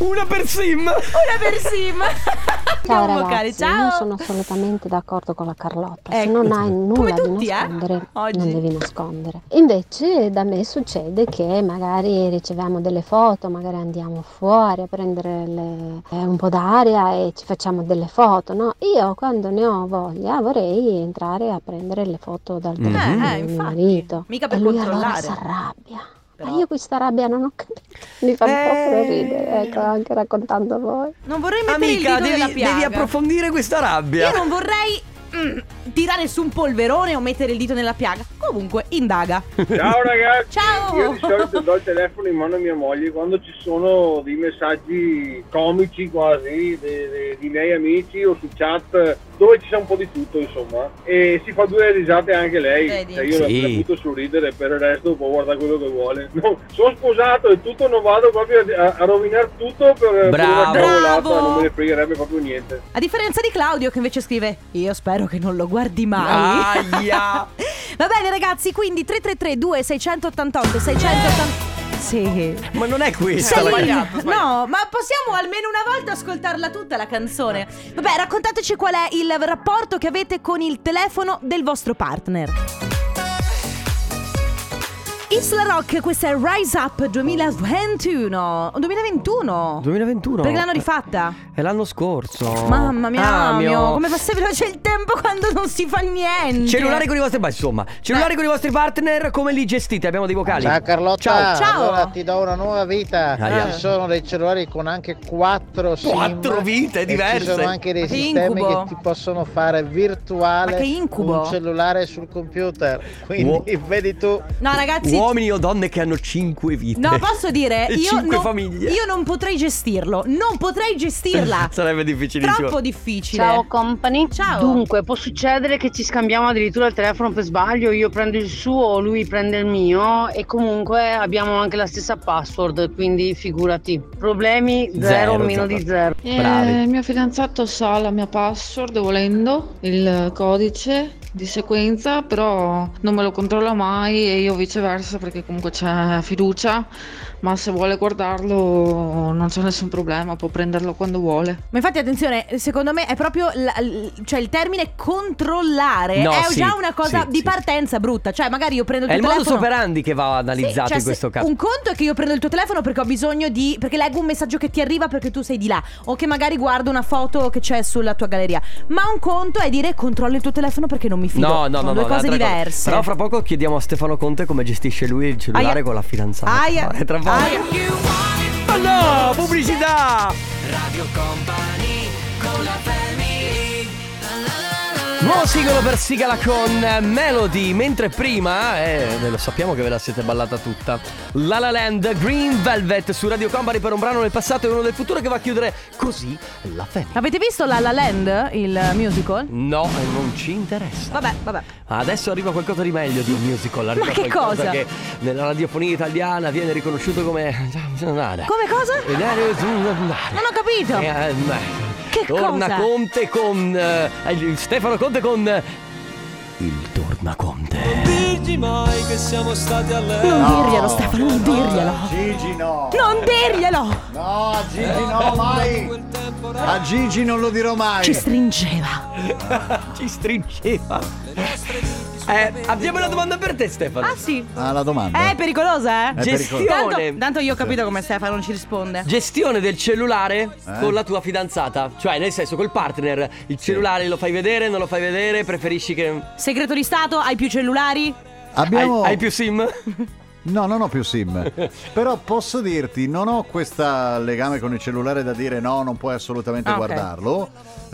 [SPEAKER 2] una per sim.
[SPEAKER 1] una
[SPEAKER 2] *laughs*
[SPEAKER 1] per sim.
[SPEAKER 12] Ciao
[SPEAKER 1] Non vocale,
[SPEAKER 12] ragazzi,
[SPEAKER 1] ciao.
[SPEAKER 12] non sono assolutamente d'accordo con la Carlotta. Se
[SPEAKER 1] Ecco.
[SPEAKER 12] non hai nulla
[SPEAKER 1] tutti, eh,
[SPEAKER 12] da nascondere,
[SPEAKER 1] oggi.
[SPEAKER 12] non devi nascondere. Invece da me succede che magari riceviamo delle foto, magari andiamo fuori a prendere le- eh, un po' d'aria e ci facciamo delle foto, no? Io quando ne ho voglia vorrei entrare a prendere le foto dal
[SPEAKER 2] Mhm.
[SPEAKER 1] Eh,
[SPEAKER 12] telefono
[SPEAKER 1] eh,
[SPEAKER 12] del mio
[SPEAKER 1] infatti.
[SPEAKER 12] marito.
[SPEAKER 1] Mica per
[SPEAKER 12] e lui allora
[SPEAKER 1] controllare.
[SPEAKER 12] si arrabbia. Ma
[SPEAKER 1] Però-
[SPEAKER 12] Ah, io questa rabbia non ho capito. Mi fa
[SPEAKER 2] Eh.
[SPEAKER 12] proprio ridere, ecco, anche raccontando a voi.
[SPEAKER 1] Non vorrei mettere
[SPEAKER 2] Amica,
[SPEAKER 1] il dito nella
[SPEAKER 2] devi,
[SPEAKER 1] piaga.
[SPEAKER 2] devi approfondire questa rabbia.
[SPEAKER 1] Io non vorrei mm, tirare su un polverone o mettere il dito nella piaga. Comunque, indaga.
[SPEAKER 13] Ciao ragazzi!
[SPEAKER 1] Ciao.
[SPEAKER 13] Io di solito do il telefono in mano a mia moglie quando ci sono dei messaggi comici quasi de- de- di,
[SPEAKER 10] di miei amici o su chat dove ci sia un po' di tutto, insomma. E si fa due risate anche lei.
[SPEAKER 14] Vedi.
[SPEAKER 10] Cioè, io la-
[SPEAKER 14] Sì.
[SPEAKER 10] la butto sul ridere, per il resto può guardare quello che vuole. *laughs* No, sono sposato e tutto, non vado proprio a, a rovinare tutto per, per una
[SPEAKER 2] Bravo.
[SPEAKER 10] cavolata,
[SPEAKER 2] Bravo.
[SPEAKER 10] non me ne fregherebbe proprio niente.
[SPEAKER 1] *laughs* A differenza di Claudio che invece scrive Io spero che non lo guardi mai
[SPEAKER 2] Aia.
[SPEAKER 1] *laughs* Va bene ragazzi quindi 333 2688 688
[SPEAKER 2] Eh.
[SPEAKER 1] Sì
[SPEAKER 2] Ma non è questa
[SPEAKER 1] Sei
[SPEAKER 2] la
[SPEAKER 1] in- No ma possiamo almeno una volta ascoltarla tutta la canzone Vabbè raccontateci qual è il rapporto che avete con il telefono del vostro partner Isla Rock, questa è Rise Up 2021 2021
[SPEAKER 2] 2021.
[SPEAKER 1] Perché l'hanno rifatta?
[SPEAKER 2] È l'anno scorso.
[SPEAKER 1] Mamma mia,
[SPEAKER 2] Ah,
[SPEAKER 1] mio, come fa se veloce il tempo quando non si fa niente?
[SPEAKER 2] Cellulare con i vostri. Ma insomma, cellulare con i vostri partner, come li gestite? Abbiamo dei vocali.
[SPEAKER 6] Ciao Carlotta,
[SPEAKER 2] Ciao.
[SPEAKER 6] Allora ti do una nuova vita.
[SPEAKER 2] Aia.
[SPEAKER 6] Ci sono dei cellulari con anche quattro SIM.
[SPEAKER 2] Quattro vite
[SPEAKER 6] e
[SPEAKER 2] diverse.
[SPEAKER 6] Ci sono anche dei
[SPEAKER 2] Ma che
[SPEAKER 6] sistemi
[SPEAKER 2] incubo.
[SPEAKER 6] che ti possono fare virtuale
[SPEAKER 1] Ma che incubo.
[SPEAKER 6] un cellulare sul computer. Quindi vedi tu.
[SPEAKER 1] No, ragazzi.
[SPEAKER 2] Uomini o donne che hanno cinque vite.
[SPEAKER 1] No,
[SPEAKER 2] *laughs*
[SPEAKER 1] posso dire,
[SPEAKER 2] E
[SPEAKER 1] io
[SPEAKER 2] cinque
[SPEAKER 1] non,
[SPEAKER 2] famiglie.
[SPEAKER 1] io non potrei gestirlo, non potrei gestirla.
[SPEAKER 2] *laughs* Sarebbe difficilissimo.
[SPEAKER 1] Troppo difficile.
[SPEAKER 15] Ciao company.
[SPEAKER 1] Ciao.
[SPEAKER 15] Dunque, può succedere che ci scambiamo addirittura il telefono per sbaglio, io prendo il suo, lui prende il mio e comunque abbiamo anche la stessa password, quindi figurati. Problemi zero,
[SPEAKER 11] Zero,
[SPEAKER 15] meno
[SPEAKER 11] zero.
[SPEAKER 15] di zero.
[SPEAKER 11] Eh, il mio fidanzato sa la mia password volendo, il codice di sequenza, però non me lo controlla mai e io viceversa perché comunque c'è fiducia, ma se vuole guardarlo non c'è nessun problema, può prenderlo quando vuole.
[SPEAKER 1] Ma infatti attenzione, secondo me è proprio la- l- cioè il termine controllare
[SPEAKER 2] No,
[SPEAKER 1] è
[SPEAKER 2] sì,
[SPEAKER 1] già una cosa
[SPEAKER 2] sì,
[SPEAKER 1] di partenza brutta, cioè magari io prendo il
[SPEAKER 2] È
[SPEAKER 1] tuo
[SPEAKER 2] il modus
[SPEAKER 1] telefono
[SPEAKER 2] operandi che va analizzato
[SPEAKER 1] Sì, cioè,
[SPEAKER 2] in questo
[SPEAKER 1] se-
[SPEAKER 2] caso.
[SPEAKER 1] Un conto è che io prendo il tuo telefono perché ho bisogno di. perché leggo un messaggio che ti arriva perché tu sei di là. O che magari guardo una foto che c'è sulla tua galleria. Ma un conto è dire controllo il tuo telefono perché non mi fido.
[SPEAKER 2] No, no, no, no,
[SPEAKER 1] Sono due cose
[SPEAKER 2] un'altra cosa.
[SPEAKER 1] diverse.
[SPEAKER 2] Però fra poco chiediamo a Stefano Conte come gestisce lui il cellulare
[SPEAKER 1] Aia.
[SPEAKER 2] con la fidanzata.
[SPEAKER 1] Aia.
[SPEAKER 2] Eh, Tra poco.
[SPEAKER 1] Aia.
[SPEAKER 2] Ma no, pubblicità!
[SPEAKER 16] Radio Company con la family.
[SPEAKER 2] Nuovo singolo per Sigala con Melody, mentre prima, eh, ve lo sappiamo che ve la siete ballata tutta, La La Land Green Velvet su Radio Company per un brano del passato e uno del futuro che va a chiudere così la festa.
[SPEAKER 1] Avete visto La La Land, il musical?
[SPEAKER 2] No, eh, non ci interessa.
[SPEAKER 1] Vabbè, vabbè.
[SPEAKER 2] Adesso arriva qualcosa di meglio di un musical. Arriva
[SPEAKER 1] che
[SPEAKER 2] qualcosa
[SPEAKER 1] cosa?
[SPEAKER 2] Che nella radiofonia italiana viene riconosciuto come. Come
[SPEAKER 1] Come cosa? Non ho capito.
[SPEAKER 9] Eh,
[SPEAKER 1] Che
[SPEAKER 2] eh, Torna
[SPEAKER 1] cosa?
[SPEAKER 2] Conte con. eh, il Stefano Conte con. eh, Il Tornaconte.
[SPEAKER 16] Dirgli mai che siamo stati a lei.
[SPEAKER 1] Non dirglielo, Stefano, non dirglielo.
[SPEAKER 9] Gigi no.
[SPEAKER 1] Non dirglielo!
[SPEAKER 9] No, a Gigi no, mai. A Gigi non lo dirò mai.
[SPEAKER 1] Ci stringeva.
[SPEAKER 2] Ci stringeva. Eh, abbiamo una domanda per te, Stefano.
[SPEAKER 1] Ah, sì.
[SPEAKER 9] Ah, la domanda.
[SPEAKER 1] Eh, è pericolosa, eh?
[SPEAKER 2] È Gestione. pericolosa.
[SPEAKER 1] Tanto, tanto io ho capito come Stefano non ci risponde.
[SPEAKER 2] Gestione del cellulare
[SPEAKER 1] Eh?
[SPEAKER 2] con la tua fidanzata. Cioè, nel senso, col partner. Il cellulare lo fai vedere, non lo fai vedere, preferisci che.
[SPEAKER 1] Segreto di Stato, hai più cellulari?
[SPEAKER 9] Abbiamo...
[SPEAKER 2] Hai, hai più sim?
[SPEAKER 9] No, non ho più sim. Però posso dirti, non ho questo legame con il cellulare da dire no, non puoi assolutamente
[SPEAKER 17] Ah, ok.
[SPEAKER 9] guardarlo.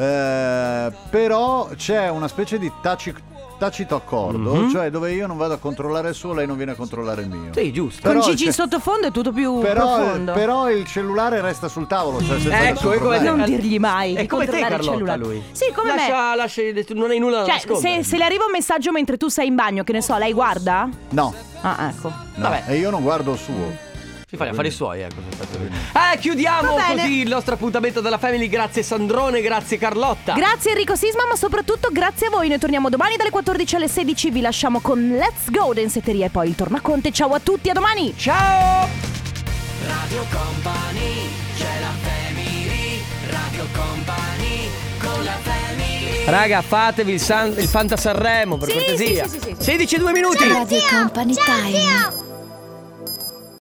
[SPEAKER 9] Eh, però c'è una specie di taci- tacito accordo,
[SPEAKER 2] Mhm.
[SPEAKER 9] cioè dove io non vado a controllare il suo, lei non viene a controllare il mio.
[SPEAKER 2] Sì, giusto.
[SPEAKER 1] Con
[SPEAKER 9] Però
[SPEAKER 1] Gigi in
[SPEAKER 9] c'è-
[SPEAKER 1] sottofondo è tutto più
[SPEAKER 9] Però,
[SPEAKER 1] profondo.
[SPEAKER 9] però il cellulare resta sul tavolo, cioè senza
[SPEAKER 2] Ecco,
[SPEAKER 9] nessun
[SPEAKER 2] è come-
[SPEAKER 9] problema.
[SPEAKER 1] non dirgli mai
[SPEAKER 2] È
[SPEAKER 1] di
[SPEAKER 2] come te,
[SPEAKER 1] controllare il
[SPEAKER 2] Carlotta,
[SPEAKER 1] cellulare.
[SPEAKER 2] lui.
[SPEAKER 1] Sì, come
[SPEAKER 2] lascia,
[SPEAKER 1] me.
[SPEAKER 2] lascia, tu non hai nulla da
[SPEAKER 1] Cioè,
[SPEAKER 2] nascondere.
[SPEAKER 1] se, se le arriva un messaggio mentre tu sei in bagno, che ne so, lei guarda?
[SPEAKER 9] No.
[SPEAKER 1] Ah, ecco.
[SPEAKER 9] No,
[SPEAKER 2] Vabbè.
[SPEAKER 9] E io non guardo il suo.
[SPEAKER 2] Si fa gli affari suoi, ecco. Eh, chiudiamo
[SPEAKER 1] Va bene.
[SPEAKER 2] così il nostro appuntamento della Family. Grazie Sandrone, grazie Carlotta.
[SPEAKER 1] Grazie Enrico Sisma, ma soprattutto grazie a voi. Noi torniamo domani dalle 14 alle 16. Vi lasciamo con Let's Go Densetteria e poi il Tornaconte. Ciao a tutti, a domani.
[SPEAKER 2] Ciao!
[SPEAKER 16] Radio Company, c'è la family. Radio Company con la family.
[SPEAKER 2] Raga, fatevi il, San- il Fanta Sanremo per
[SPEAKER 16] Sì,
[SPEAKER 2] cortesia.
[SPEAKER 16] sì, sì, sì, sì.
[SPEAKER 2] 16 e 2 minuti.
[SPEAKER 12] Radio Company Time.